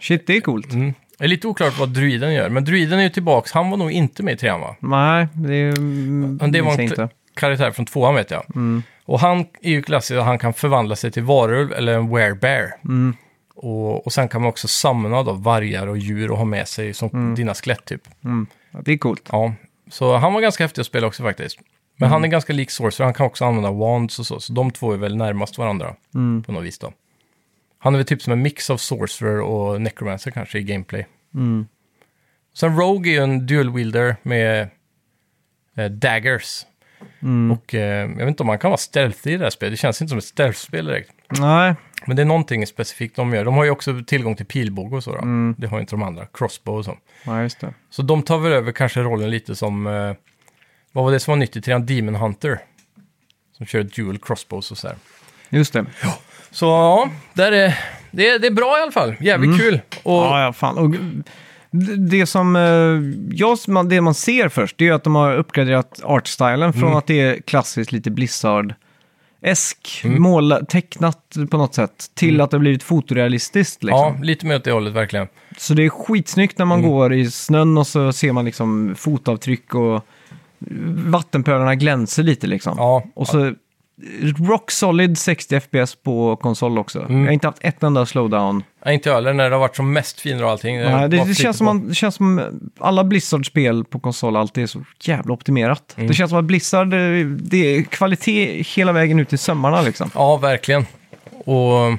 Speaker 2: Shit, det är coolt.
Speaker 1: Mm. Det är lite oklart vad druiden gör, men druiden är ju tillbaks. Han var nog inte med i trean va?
Speaker 2: Nej, det är...
Speaker 1: Men det var
Speaker 2: minns jag
Speaker 1: en kl- karaktär från tvåan vet jag. Och han är ju klassisk, han kan förvandla sig till varulv eller en werebear. Och, och sen kan man också samla då vargar och djur och ha med sig som dina skelett typ.
Speaker 2: Ja, Det är coolt.
Speaker 1: Ja, så han var ganska häftig att spela också faktiskt. Men han är ganska lik Sorcerer, han kan också använda Wands och så. Så de två är väl närmast varandra på något vis då. Han är väl typ som en mix av Sorcerer och Necromancer kanske i gameplay. Sen Rogue är ju en dual wielder med eh, daggers. Och eh, jag vet inte om han kan vara stealthy i det här spelet. Det känns inte som ett stealth-spel direkt.
Speaker 2: Nej,
Speaker 1: Men det är någonting specifikt de gör. De har ju också tillgång till pilbåge och så. Då. Det har ju inte de andra. Crossbow och så.
Speaker 2: ja, just det.
Speaker 1: Så de tar väl över kanske rollen lite som, eh, vad var det som var nytt i trean? Demon Hunter. Som kör dual crossbows och sådär.
Speaker 2: Just det.
Speaker 1: Så ja, där är, det, är, det är bra i alla fall. Jävligt kul. Och,
Speaker 2: Mm. Ja, ja, fan. Och d- det som eh, jag, man- det man ser först det är ju att de har uppgraderat artstylen
Speaker 1: Mm.
Speaker 2: från att det är klassiskt lite Blizzard-esk,
Speaker 1: Mm.
Speaker 2: måla, tecknat på något sätt, till att det har blivit fotorealistiskt. Liksom.
Speaker 1: ja, Mm. lite mer åt det hållet verkligen.
Speaker 2: Så det är skitsnyggt när man går i snön och så ser man liksom fotavtryck och vattenpölarna glänser lite liksom.
Speaker 1: Ja.
Speaker 2: Och så rock solid 60 FPS på konsol också.
Speaker 1: Mm.
Speaker 2: Jag har inte haft ett enda slowdown.
Speaker 1: Nej, inte jag heller när det har varit som mest finare och allting.
Speaker 2: Nej, det,
Speaker 1: bara
Speaker 2: det,
Speaker 1: flyter
Speaker 2: känns som
Speaker 1: på.
Speaker 2: man, det känns som alla Blizzard-spel på konsol alltid är så jävla optimerat.
Speaker 1: Mm.
Speaker 2: Det känns som att Blizzard, eh, det är kvalitet hela vägen ut i sömmarna liksom.
Speaker 1: Ja, verkligen. Och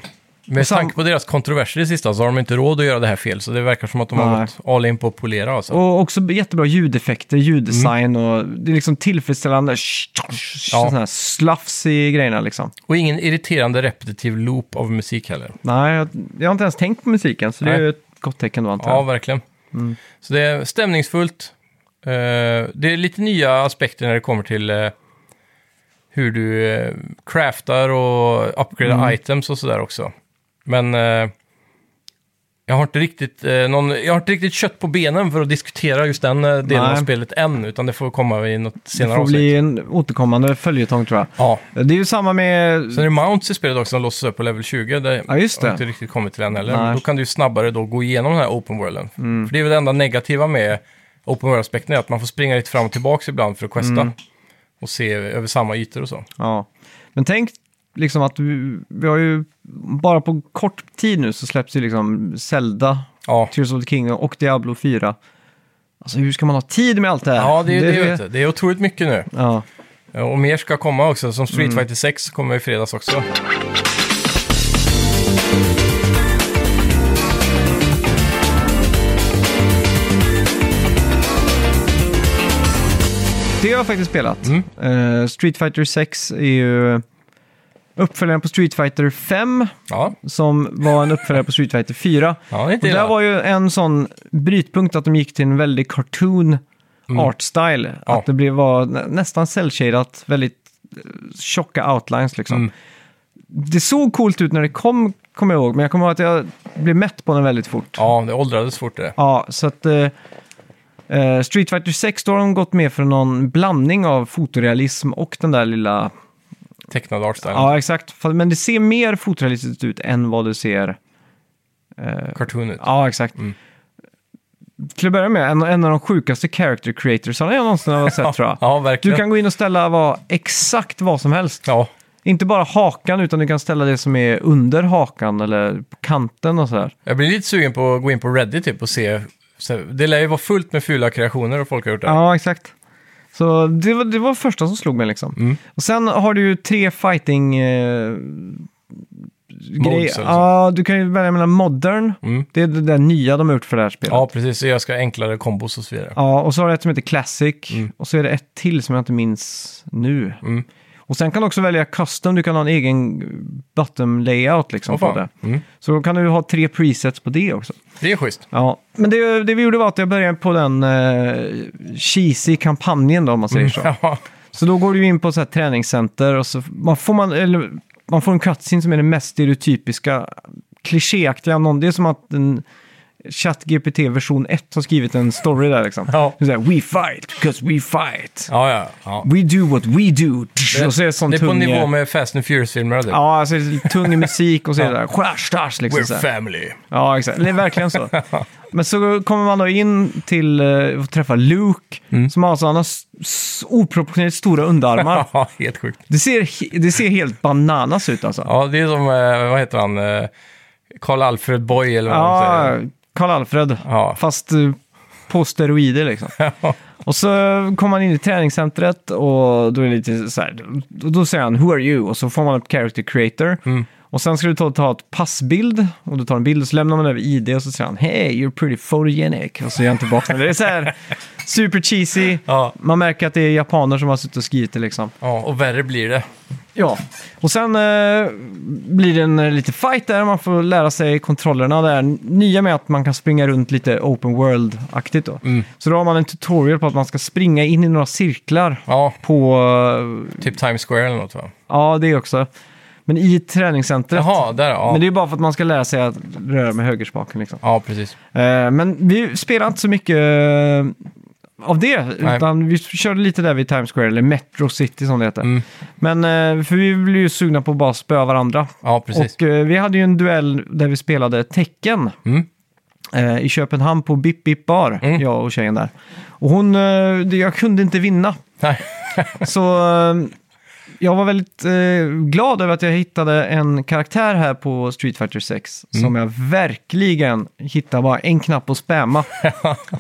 Speaker 1: Med
Speaker 2: sam-
Speaker 1: tanke på deras kontroverser i sista så har de inte råd att göra det här fel, så det verkar som att de har
Speaker 2: Nej.
Speaker 1: gått all in på att polera. Alltså.
Speaker 2: Och också jättebra ljudeffekter, ljuddesign och det är liksom tillfredsställande sh- sh- sh-
Speaker 1: Mm. Ja.
Speaker 2: sån här slafs i grejerna liksom.
Speaker 1: Och ingen irriterande repetitiv loop av musik heller.
Speaker 2: Nej, jag, jag har inte ens tänkt på musiken så det är
Speaker 1: Nej.
Speaker 2: ju ett gott tecken då antar
Speaker 1: Ja,
Speaker 2: jag.
Speaker 1: verkligen.
Speaker 2: Mm.
Speaker 1: Så det är stämningsfullt. Eh, det är lite nya aspekter när det kommer till eh, hur du eh, craftar och upgradar
Speaker 2: Mm.
Speaker 1: items och sådär också. Men eh, jag, har inte riktigt, eh, någon, jag har inte riktigt kött på benen för att diskutera just den eh, delen av
Speaker 2: Nej.
Speaker 1: spelet än, utan det får komma i något
Speaker 2: det
Speaker 1: senare
Speaker 2: får
Speaker 1: avsnitt.
Speaker 2: bli en återkommande följetong tror jag.
Speaker 1: Ja.
Speaker 2: Det är ju samma med...
Speaker 1: Sen är det mounts i spelet också som låses upp på level 20. Där
Speaker 2: Ja, just
Speaker 1: Jag
Speaker 2: det.
Speaker 1: har inte riktigt kommit till än heller.
Speaker 2: Nej. Mm.
Speaker 1: Men Då kan du ju snabbare då gå igenom den här open worlden. För det är väl det enda negativa med open world-aspekten, är att man får springa lite fram och tillbaka ibland för att questa.
Speaker 2: Mm.
Speaker 1: Och se över samma ytor och så.
Speaker 2: Ja. Men tänk liksom att vi, vi har ju... Bara på kort tid nu så släpps ju liksom Zelda,
Speaker 1: Ja,
Speaker 2: Tears of the Kingdom och Diablo 4. Alltså hur ska man ha tid med allt det här?
Speaker 1: ja det, är det, vet du. det är otroligt mycket nu.
Speaker 2: Ja.
Speaker 1: Och mer ska komma också. Som
Speaker 2: Mm.
Speaker 1: Street Fighter 6 kommer i fredags också.
Speaker 2: Det har jag faktiskt spelat.
Speaker 1: Mm.
Speaker 2: Eh, Street Fighter 6 är ju uppföljaren på Street Fighter 5
Speaker 1: Ja,
Speaker 2: som var en uppföljare på Street Fighter 4.
Speaker 1: ja det är
Speaker 2: Och
Speaker 1: inte
Speaker 2: där
Speaker 1: illa.
Speaker 2: var ju en sån brytpunkt att de gick till en väldigt cartoon art style.
Speaker 1: Mm. Ja.
Speaker 2: Att det blev var nä- nästan cellshadat, väldigt eh, tjocka outlines liksom.
Speaker 1: Mm.
Speaker 2: Det såg coolt ut när det kom, kommer jag ihåg, men jag kommer ihåg att jag blev mätt på den väldigt fort.
Speaker 1: Ja, det åldrades fort det.
Speaker 2: Ja, så att... eh, eh, Street Fighter 6, då har de gått med för någon blandning av fotorealism och den där lilla...
Speaker 1: Tecknad artstyle.
Speaker 2: Ja, exakt. Fa- Men det ser mer fotorealistiskt ut än vad det ser...
Speaker 1: Cartoon ut.
Speaker 2: Ja, exakt.
Speaker 1: Mm.
Speaker 2: Till att börja med, en, en av de sjukaste character creatorsarna jag någonsin har sett tror jag.
Speaker 1: Ja,
Speaker 2: Du
Speaker 1: verkligen.
Speaker 2: kan gå in och ställa vad, exakt vad som helst.
Speaker 1: Ja,
Speaker 2: Inte bara hakan, utan du kan ställa det som är under hakan eller på kanten och sådär.
Speaker 1: jag blir lite sugen på att gå in på Reddit typ och se. så- Det lär ju vara fullt med fula kreationer och folk har gjort det.
Speaker 2: Ja, exakt. Så det var, det var första som slog mig liksom.
Speaker 1: Mm.
Speaker 2: Och sen har du ju tre fighting... Eh,
Speaker 1: Modes
Speaker 2: grejer.
Speaker 1: eller så.
Speaker 2: Ja, du kan ju välja mellan modern.
Speaker 1: Mm.
Speaker 2: Det är det där nya de har gjort för det här spelet.
Speaker 1: Ja, precis. Så jag ska ha enklare kombos och så vidare.
Speaker 2: Ja, och så har du ett som heter Classic. Och så är det ett till som jag inte minns nu.
Speaker 1: Mm.
Speaker 2: Och sen kan du också välja custom, du kan ha en egen bottom layout liksom.
Speaker 1: Åh,
Speaker 2: på
Speaker 1: fan.
Speaker 2: det.
Speaker 1: Mm.
Speaker 2: Så då kan du ha tre presets på det också.
Speaker 1: Det är schysst.
Speaker 2: Ja, men det, det vi gjorde var att jag började på den eh, cheesy-kampanjen då, om man säger så.
Speaker 1: Ja,
Speaker 2: Så då går du in på så här träningscenter och så man får, man, eller, man får en cutscene som är den mest stereotypiska, klichéaktiga. Någon, det är som att en ChatGPT version 1 har skrivit en story där liksom.
Speaker 1: Ja.
Speaker 2: Det är Så här, we fight because we fight.
Speaker 1: ja, ja. ja.
Speaker 2: We do what we do. och så är det sån
Speaker 1: det är på
Speaker 2: tung...
Speaker 1: nivå med Fast and Furious-filmer. Ja,
Speaker 2: Ja, alltså det är tung musik och så är det där. Schash, schash, liksom så
Speaker 1: We're
Speaker 2: här.
Speaker 1: family.
Speaker 2: Ja, exakt. Det är verkligen så. Men så kommer man då in till eh, och träffar Luke,
Speaker 1: Mm.
Speaker 2: som har sådana s- s- oproportionerligt stora underarmar.
Speaker 1: Ja, helt sjukt.
Speaker 2: Det ser, he- det ser helt bananas ut alltså.
Speaker 1: Ja, det är som, eh, vad heter han, eh, Karl Alfred Boy eller vad man
Speaker 2: Ja,
Speaker 1: säger.
Speaker 2: Karl-Alfred.
Speaker 1: Ja.
Speaker 2: Fast eh, på steroider liksom. Och så kommer man in i träningscentret och då är det lite så här, då, då säger han “Who are you?” och så får man upp character creator.
Speaker 1: Mm.
Speaker 2: Och sen ska du ta, ta ett passbild och du tar en bild och så lämnar man över ID och så säger han “Hey, you're pretty photogenic” och så ger han tillbaka den. Det är så här super cheesy.
Speaker 1: Ja.
Speaker 2: Man märker att det är japaner som har suttit och skrivit det liksom.
Speaker 1: Ja, och värre blir det.
Speaker 2: Ja, och sen eh, blir det en eh, lite fight där. Man får lära sig kontrollerna där. Nya med att man kan springa runt lite open world-aktigt då.
Speaker 1: Mm.
Speaker 2: Så då har man en tutorial på att man ska springa in i några cirklar
Speaker 1: Ja,
Speaker 2: på... eh,
Speaker 1: typ Times Square eller något va?
Speaker 2: Ja, det också. Men i träningscentret.
Speaker 1: Jaha, där ja.
Speaker 2: Men det är bara för att man ska lära sig att röra med högerspaken liksom.
Speaker 1: Ja, precis.
Speaker 2: Eh, men vi spelar inte så mycket eh, av det, utan vi körde lite där vid Times Square, eller Metro City som det heter.
Speaker 1: Mm.
Speaker 2: Men eh, för vi blev ju sugna på att bara spöa varandra.
Speaker 1: Ja, precis.
Speaker 2: Och eh, vi hade ju en duell där vi spelade tecken
Speaker 1: Mm.
Speaker 2: eh, i Köpenhamn på Bip Bip Bar,
Speaker 1: Mm.
Speaker 2: jag och tjejen där. Och hon, eh, det- jag kunde inte vinna.
Speaker 1: Nej.
Speaker 2: Så eh, jag var väldigt eh, glad över att jag hittade en karaktär här på Street Fighter 6
Speaker 1: Mm.
Speaker 2: som jag verkligen hittade bara en knapp att spamma.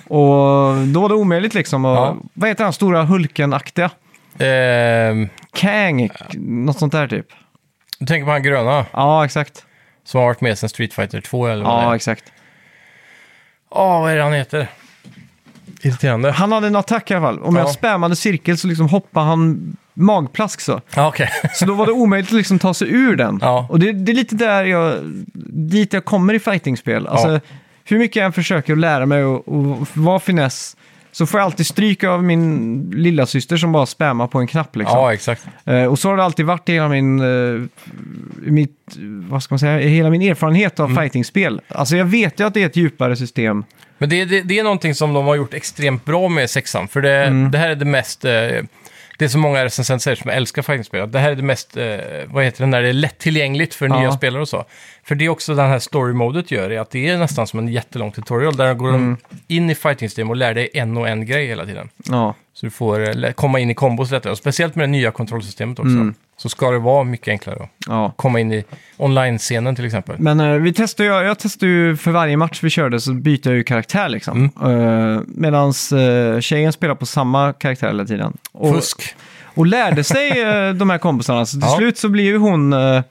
Speaker 2: och då var det omöjligt liksom. Och,
Speaker 1: Ja.
Speaker 2: Vad heter han, stora Hulken-aktiga?
Speaker 1: Ehm,
Speaker 2: Kang, något sånt där typ.
Speaker 1: du tänker på han gröna
Speaker 2: Ja, exakt.
Speaker 1: Som har varit med sedan Street Fighter 2 eller vad
Speaker 2: Ja,
Speaker 1: det är.
Speaker 2: exakt.
Speaker 1: Ja, vad är det han heter? Irriterande.
Speaker 2: Han hade en attack i alla fall. Om
Speaker 1: Ja.
Speaker 2: jag spammade cirkel så liksom hoppade han magplask så.
Speaker 1: Ja, okej.
Speaker 2: Så då var det omöjligt att liksom ta sig ur den.
Speaker 1: Ja.
Speaker 2: Och det, det är lite där jag, dit jag kommer i fightingspel. Alltså,
Speaker 1: Ja.
Speaker 2: Hur mycket jag än försöker att lära mig och, och vara finess så får jag alltid stryk av min lilla syster som bara spammar på en knapp. Liksom.
Speaker 1: Ja, exakt.
Speaker 2: Eh, och så har det alltid varit i hela min, eh, mitt, vad ska man säga, i hela min erfarenhet
Speaker 1: Mm.
Speaker 2: av fightingspel. Alltså jag vet ju att det är ett djupare system.
Speaker 1: Men det, det, det är någonting som de har gjort extremt bra med sexan. För det, det här är det mest... Eh, det är så många recensenter säger som älskar fightingspel. att Det här är det mest, eh, vad heter det, när det är lättillgängligt för
Speaker 2: Ja.
Speaker 1: nya spelare och så. För det är också den här story-modet gör, är att det är nästan som en jättelång tutorial. Där de går in i fighting-system och lär dig en och en grej hela tiden.
Speaker 2: Ja.
Speaker 1: Så du får eh, lä- komma in i kombos lättare. Och speciellt med det nya kontrollsystemet också. Så ska det vara mycket enklare att
Speaker 2: ja.
Speaker 1: komma in i online-scenen till exempel.
Speaker 2: Men eh, vi testar ju, jag testar ju för varje match vi körde så byter jag ju karaktär liksom.
Speaker 1: Mm.
Speaker 2: Medan tjejen spelar på samma karaktär hela tiden. Och,
Speaker 1: Fusk.
Speaker 2: och lärde sig eh, de här kompisarna. Så till
Speaker 1: Ja.
Speaker 2: slut så blir ju hon eh,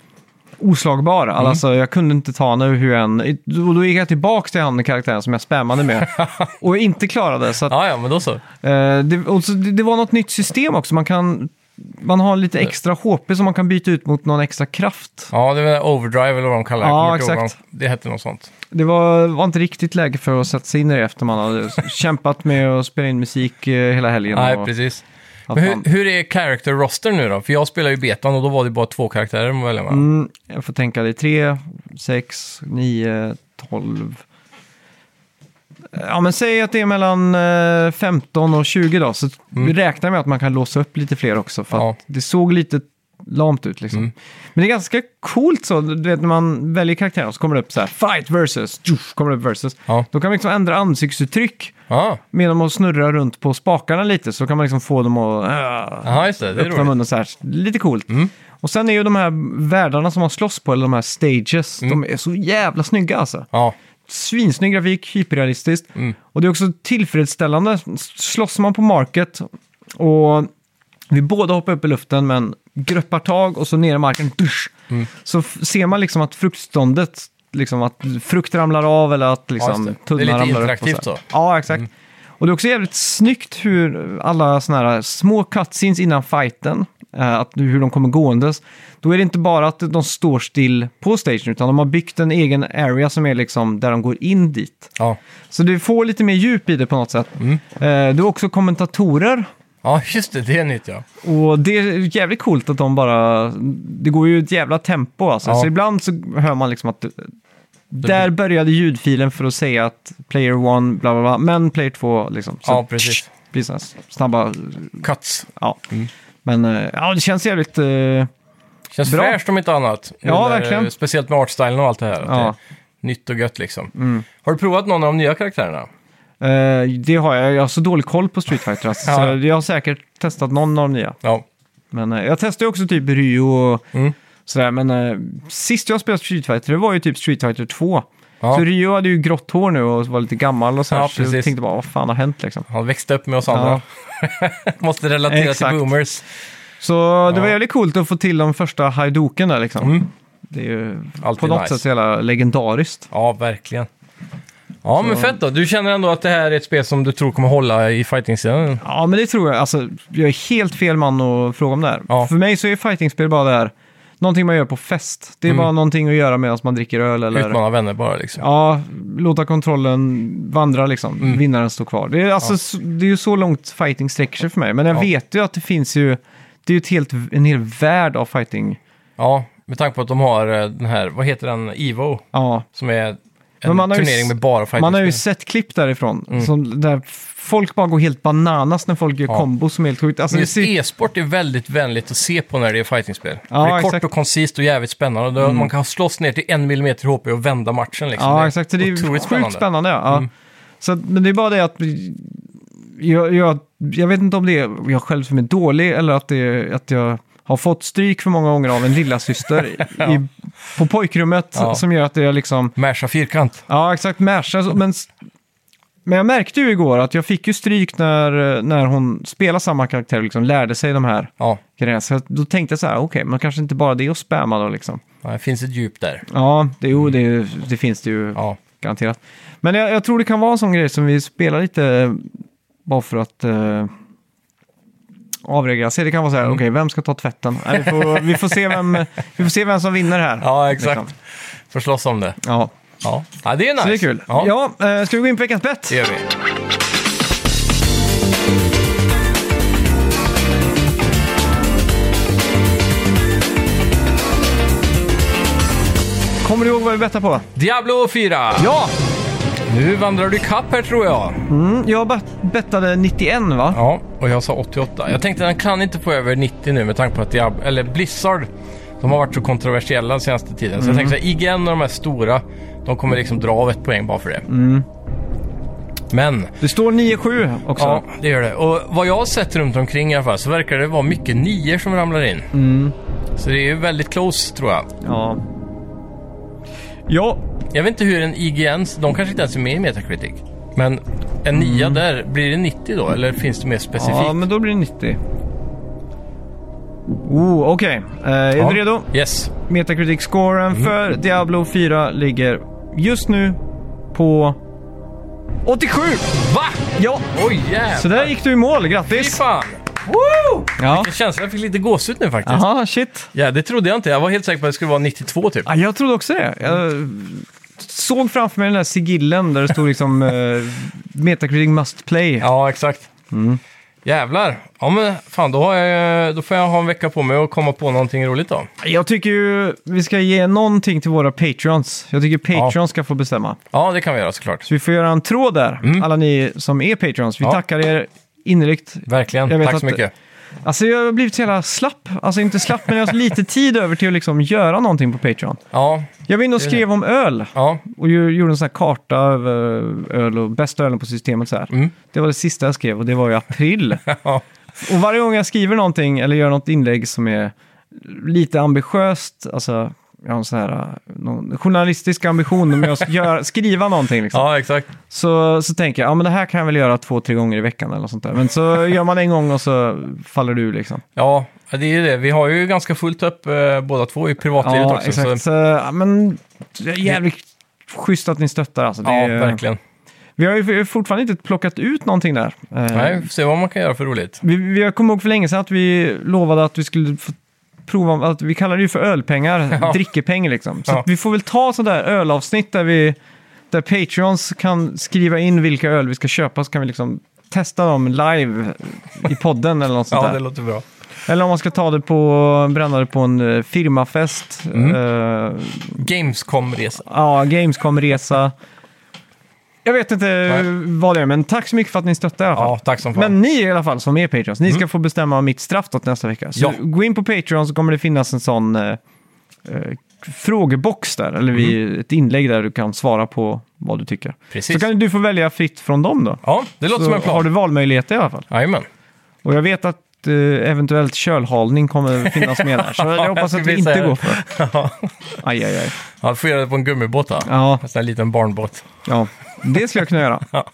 Speaker 2: oslagbar. Alltså
Speaker 1: Mm.
Speaker 2: jag kunde inte ta henne hur än. Och då gick jag tillbaka till han karaktären som jag spammade med. och inte klarade. Så att,
Speaker 1: Ja, ja, men då så.
Speaker 2: eh, det, och så, det, det var något nytt system också. Man kan... Man har lite extra HP som man kan byta ut mot någon extra kraft.
Speaker 1: Ja, det var overdrive eller vad de kallar det.
Speaker 2: Ja,
Speaker 1: Jag kommer inte ihåg
Speaker 2: exakt.
Speaker 1: vad de- Det hette något sånt.
Speaker 2: Det var, var inte riktigt läge för att sätta sig in i det efter man hade kämpat med att spela in musik eh, hela helgen.
Speaker 1: Nej,
Speaker 2: och
Speaker 1: precis.
Speaker 2: att
Speaker 1: Men
Speaker 2: man-
Speaker 1: hur, hur är character roster nu då? För jag spelar ju betan och då var det bara två karaktärer man välja mellan.
Speaker 2: Mm, jag får tänka, det är 3, 6, 9, 12. Ja, men säg att det är mellan eh, 15 och 20 då, så vi räknar med att man kan låsa upp lite fler också, för
Speaker 1: Mm. Ja. Mm.
Speaker 2: att det såg lite lamt ut liksom. Men det är ganska coolt så, du vet när man väljer karaktärer så kommer det upp så här, fight versus, tjoff, kommer det upp versus.
Speaker 1: Ja.
Speaker 2: Då kan man liksom ändra ansiktsuttryck
Speaker 1: Ja,
Speaker 2: genom att snurra runt på spakarna lite, så kan man liksom få dem att... eh,
Speaker 1: ah, just det. Det är
Speaker 2: öppna
Speaker 1: roligt. Mm.
Speaker 2: munnen så här. Lite coolt. Och sen är ju de här världarna som man slåss på, eller de här stages, de är så jävla snygga alltså.
Speaker 1: Mm. Ja, Mm.
Speaker 2: Svinsnygg grafik, hyperrealistiskt. Och det är också tillfredsställande. Slåss man på market och vi båda hoppar upp i luften men greppar tag och så ner i marken, dusch,
Speaker 1: Mm.
Speaker 2: så f- ser man liksom att fruktståndet, liksom att frukt ramlar av eller att
Speaker 1: just
Speaker 2: liksom
Speaker 1: det. Det är
Speaker 2: tunnan
Speaker 1: lite
Speaker 2: ramlar upp. och
Speaker 1: interaktivt
Speaker 2: så. här.
Speaker 1: så.
Speaker 2: Ja, exakt. Och det är också jävligt snyggt hur alla såna här små cutscenes innan fighten, eh, att, hur de kommer gåendes. Då är det inte bara att de står still på stagen, utan de har byggt en egen area som är liksom där de går in dit.
Speaker 1: ja.
Speaker 2: Så du får lite mer djup i det på något sätt. Eh, Du har också kommentatorer.
Speaker 1: ja just det. Det är nytt ja.
Speaker 2: Och det är jävligt coolt att de bara... Det går ju ett jävla tempo alltså.
Speaker 1: Ja.
Speaker 2: Så ibland så hör man liksom att... Där började ljudfilen för att säga att player one, bla bla bla, men player två liksom. Så
Speaker 1: Ja, precis. Mm.
Speaker 2: blir sådana snabba...
Speaker 1: Cuts.
Speaker 2: Ja. Men eh, ja, det känns jävligt... eh,
Speaker 1: Känns
Speaker 2: Bra.
Speaker 1: fräscht om inte annat. Nu
Speaker 2: Ja,
Speaker 1: när-
Speaker 2: verkligen.
Speaker 1: Speciellt med artstylen och allt det här. att
Speaker 2: Ja. Mm.
Speaker 1: det är Nytt och gött liksom. Har du provat någon av de nya karaktärerna?
Speaker 2: eh, det har jag. Jag har så dålig koll på Street Fighter alltså,
Speaker 1: Ja.
Speaker 2: så jag har säkert testat någon av de nya.
Speaker 1: Ja,
Speaker 2: Men eh, jag testade ju också typ Ryo och
Speaker 1: Mm.
Speaker 2: sådär. Men eh, sist jag spelade Street Fighter, det var ju typ Street Fighter 2.
Speaker 1: Ja.
Speaker 2: Så Ryo hade ju grått hår nu och var lite gammal och sådär.
Speaker 1: Ja,
Speaker 2: så jag
Speaker 1: precis.
Speaker 2: tänkte bara, vad fan har hänt liksom?
Speaker 1: han växte upp med oss andra. Måste relatera
Speaker 2: Exakt.
Speaker 1: till boomers.
Speaker 2: Så det var jävligt coolt att få till de första Haidoken där liksom. Det är ju
Speaker 1: Mm. Alltid
Speaker 2: på något
Speaker 1: nice.
Speaker 2: sätt så jävla legendariskt.
Speaker 1: Ja, verkligen. Ja, men fett då. Du känner ändå att det här är ett spel som du tror kommer hålla i fighting-scenen?
Speaker 2: Ja, men det tror jag. Alltså, jag är helt fel man att fråga om det här.
Speaker 1: Ja.
Speaker 2: För mig så är fightingspel bara det här, någonting man gör på fest. Det är
Speaker 1: Mm.
Speaker 2: bara någonting att göra medan man dricker öl eller...
Speaker 1: Utmana vänner bara liksom.
Speaker 2: Ja, låta kontrollen vandra liksom.
Speaker 1: Mm.
Speaker 2: Vinnaren står kvar. Det är, alltså, så- det är ju så långt fighting sträcker sig för mig. Men jag
Speaker 1: Ja.
Speaker 2: vet ju att det finns ju... Det är ju ett helt, en hel värld av fighting.
Speaker 1: Ja, med tanke på att de har eh, den här, vad heter den, Evo,
Speaker 2: Ja.
Speaker 1: som är en
Speaker 2: Men man har ju
Speaker 1: turnering
Speaker 2: s-
Speaker 1: med bara fighting.
Speaker 2: Man har ju sett klipp därifrån. Som, där folk bara går helt bananas när folk gör
Speaker 1: Mm. Ja.
Speaker 2: kombos som är helt sjukt. Alltså, det
Speaker 1: Just
Speaker 2: ser,
Speaker 1: e-sport är väldigt vänligt att se på när det är fightingspel.
Speaker 2: Ja,
Speaker 1: det är kort
Speaker 2: exakt. Mm.
Speaker 1: och koncist och jävligt spännande. Då- Man kan slåss ner till en millimeter HP och vända matchen. Liksom.
Speaker 2: ja, exakt. Så det är
Speaker 1: otroligt Mm.
Speaker 2: sjukt spännande. ja. ja. Så, att- men det är bara det att... Jag, jag, jag vet inte om det är jag själv som är dålig eller att, det, är- att jag har fått stryk för många gånger av en lilla syster i, i, på pojkrummet
Speaker 1: Ja.
Speaker 2: som gör att jag liksom...
Speaker 1: Masha fyrkant.
Speaker 2: Ja, exakt. Masha, så- men s- Men jag märkte ju igår att jag fick ju stryk när, eh, när hon spelade samma karaktär och liksom lärde sig de här
Speaker 1: Ja,
Speaker 2: grejerna. Så jag- då tänkte jag så här, okej, men kanske inte bara det är att spamma då liksom.
Speaker 1: ja, det finns ett djup där.
Speaker 2: Ja, det, jo, det, det finns det ju
Speaker 1: Ja,
Speaker 2: garanterat. Men jag, jag tror det kan vara en sån grej som vi spelar lite eh, bara för att eh, avreglera sig. Det kan vara så här,
Speaker 1: Mm.
Speaker 2: okej, vem ska ta tvätten? Nej, vi, får, vi, får se vem, vi får se vem som vinner här.
Speaker 1: ja exakt.
Speaker 2: Liksom.
Speaker 1: Får slåss om det.
Speaker 2: Ja,
Speaker 1: Ja. ja, det är nice.
Speaker 2: så det är kul.
Speaker 1: Ja,
Speaker 2: Ja, eh, ska vi gå in på veckans bett?
Speaker 1: det gör vi.
Speaker 2: Kommer du ihåg vad vi bettade på?
Speaker 1: Diablo 4!
Speaker 2: Ja!
Speaker 1: Nu vandrar du kapp här tror jag.
Speaker 2: Mm, jag bet- bettade 91 va?
Speaker 1: Ja, och jag sa 88. Jag tänkte den kan inte få över 90 nu med tanke på att Diab- eller Blizzard de har varit så kontroversiella den senaste tiden. Så jag tänkte att IGN och de här stora, de kommer liksom dra av ett poäng bara för det. Men,
Speaker 2: Det står 9-7 också.
Speaker 1: ja, det gör det. Och vad jag har sett runt omkring i alla fall så verkar det vara mycket nior som ramlar in. Så det är ju väldigt close tror jag.
Speaker 2: Ja. Ja,
Speaker 1: Jag vet inte hur en IGN, de kanske inte ens är med i Metacritic. Men en nia där, blir det 90 då? Eller finns det mer specifikt?
Speaker 2: Mm. ja men då blir det 90. Oh, okej. Eh, är
Speaker 1: Ja.
Speaker 2: du redo?
Speaker 1: Yes.
Speaker 2: Metacritic-scoren för Diablo 4 ligger just nu på 87!
Speaker 1: Va?
Speaker 2: Ja,
Speaker 1: Oj jävlar!
Speaker 2: så där gick du i mål.
Speaker 1: Fy
Speaker 2: Grattis!
Speaker 1: fan!
Speaker 2: Ja.
Speaker 1: Vilken känsla, jag fick lite gåshud nu faktiskt.
Speaker 2: Aha, shit.
Speaker 1: Ja, det trodde jag inte. Jag var helt säker på att det skulle vara 92 typ.
Speaker 2: Ja, jag trodde också det. Jag såg framför mig den där sigillen där det stod liksom eh, Metacritic must play.
Speaker 1: Ja, exakt.
Speaker 2: Mm.
Speaker 1: Jävlar. Ja, men fan, då, har jag, då får jag ha en vecka på mig och komma på någonting roligt då.
Speaker 2: Jag tycker ju vi ska ge någonting till våra patrons. Jag tycker patrons
Speaker 1: Ja.
Speaker 2: ska få bestämma.
Speaker 1: Ja, det kan vi göra såklart.
Speaker 2: Så vi får göra en tråd där, alla ni som är patrons. Vi
Speaker 1: Ja.
Speaker 2: tackar er innerligt.
Speaker 1: Verkligen.
Speaker 2: Jag vet
Speaker 1: Tack så
Speaker 2: att-
Speaker 1: mycket.
Speaker 2: Alltså jag har blivit så jävla slapp. Alltså inte slapp, men jag har lite tid över till att liksom göra någonting på Patreon.
Speaker 1: Ja,
Speaker 2: Jag var inne och skrev om öl
Speaker 1: ja,
Speaker 2: och ju- gjorde en sån här karta över öl och bästa ölen på systemet så här. Det var det sista jag skrev och det var i april.
Speaker 1: ja.
Speaker 2: Och varje gång jag skriver någonting eller gör något inlägg som är lite ambitiöst, alltså jag har en sån här eh, någon journalistisk ambition med att göra, skriva någonting liksom.
Speaker 1: ja exakt.
Speaker 2: Så, så tänker jag, ja men det här kan jag väl göra två, tre gånger i veckan eller något sånt där. Men så gör man en gång och så faller du liksom.
Speaker 1: Ja, det är ju det. Vi har ju ganska fullt upp eh, båda två i privatlivet
Speaker 2: Ja,
Speaker 1: också.
Speaker 2: exakt.
Speaker 1: Så,
Speaker 2: Så, ja, men det är jävligt schysst att ni stöttar alltså. Det
Speaker 1: ja,
Speaker 2: är-
Speaker 1: verkligen.
Speaker 2: Vi har ju fortfarande inte plockat ut någonting där. Eh,
Speaker 1: Nej, vi får se vad man kan göra för roligt.
Speaker 2: Vi, vi, jag kommer ihåg för länge sedan att vi lovade att vi skulle få prova, att vi kallar det ju för ölpengar,
Speaker 1: Ja.
Speaker 2: drickepeng liksom. Så
Speaker 1: Ja.
Speaker 2: att vi får väl ta sådana där ölavsnitt där vi, där Patreons kan skriva in vilka öl vi ska köpa så kan vi liksom testa dem live i podden eller något sånt
Speaker 1: Ja,
Speaker 2: där.
Speaker 1: det låter bra.
Speaker 2: Eller om man ska ta det på, bränna det på en eh, firmafest,
Speaker 1: Mm.
Speaker 2: eh,
Speaker 1: Gamescom-resa.
Speaker 2: ja, Gamescom-resa. Jag vet inte vad det är, men tack så mycket för att ni stöttar i alla fall.
Speaker 1: Ja, tack som fan. Mm.
Speaker 2: Men ni i alla fall som är Patreons, ni ska få bestämma mitt straff då till nästa vecka. Så
Speaker 1: Ja.
Speaker 2: gå in på Patreon så kommer det finnas en sån eh, eh, frågebox där, eller vi, ett inlägg där du kan svara på vad du tycker.
Speaker 1: Mm. Precis.
Speaker 2: Så kan du få välja fritt från dem då.
Speaker 1: Ja, det låter
Speaker 2: så
Speaker 1: som en plan.
Speaker 2: har du valmöjligheter i alla fall.
Speaker 1: Jajamän.
Speaker 2: Och jag vet att eh, eventuellt kölhalning kommer finnas med där, så jag hoppas
Speaker 1: Ska
Speaker 2: att
Speaker 1: vi
Speaker 2: vi inte
Speaker 1: säga.
Speaker 2: går för. Aj, aj, aj.
Speaker 1: Ja, du får göra det på en gummibåt va?
Speaker 2: Ja.
Speaker 1: En sån här liten barnbåt.
Speaker 2: Ja, det skulle jag kunna göra.
Speaker 1: Ja.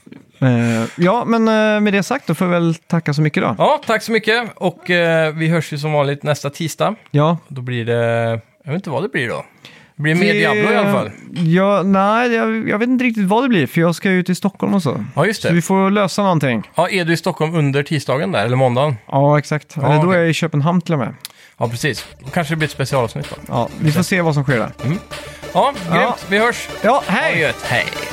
Speaker 2: Eh, ja, men eh, med det sagt då får jag väl tacka så mycket då.
Speaker 1: Ja, tack så mycket. Och eh, vi hörs ju som vanligt nästa tisdag.
Speaker 2: Ja,
Speaker 1: Då blir det... Jag vet inte vad det blir då. Det blir mer Diablo i alla fall.
Speaker 2: eh, Ja, nej, jag, jag vet inte riktigt vad det blir, för jag ska ju till Stockholm och så.
Speaker 1: Ja, just
Speaker 2: Så vi
Speaker 1: det.
Speaker 2: får lösa någonting.
Speaker 1: Ja, är du i Stockholm under tisdagen där, eller måndagen?
Speaker 2: Ja, exakt. Eller då är
Speaker 1: okej.
Speaker 2: jag i Köpenhamn till och med.
Speaker 1: Ja, precis. Då kanske det blir ett specialavsnitt då.
Speaker 2: Ja, vi får se vad som sker där.
Speaker 1: Ja, grymt. Vi hörs.
Speaker 2: Ja,
Speaker 1: Ha det
Speaker 2: hej!
Speaker 1: gött. Hej.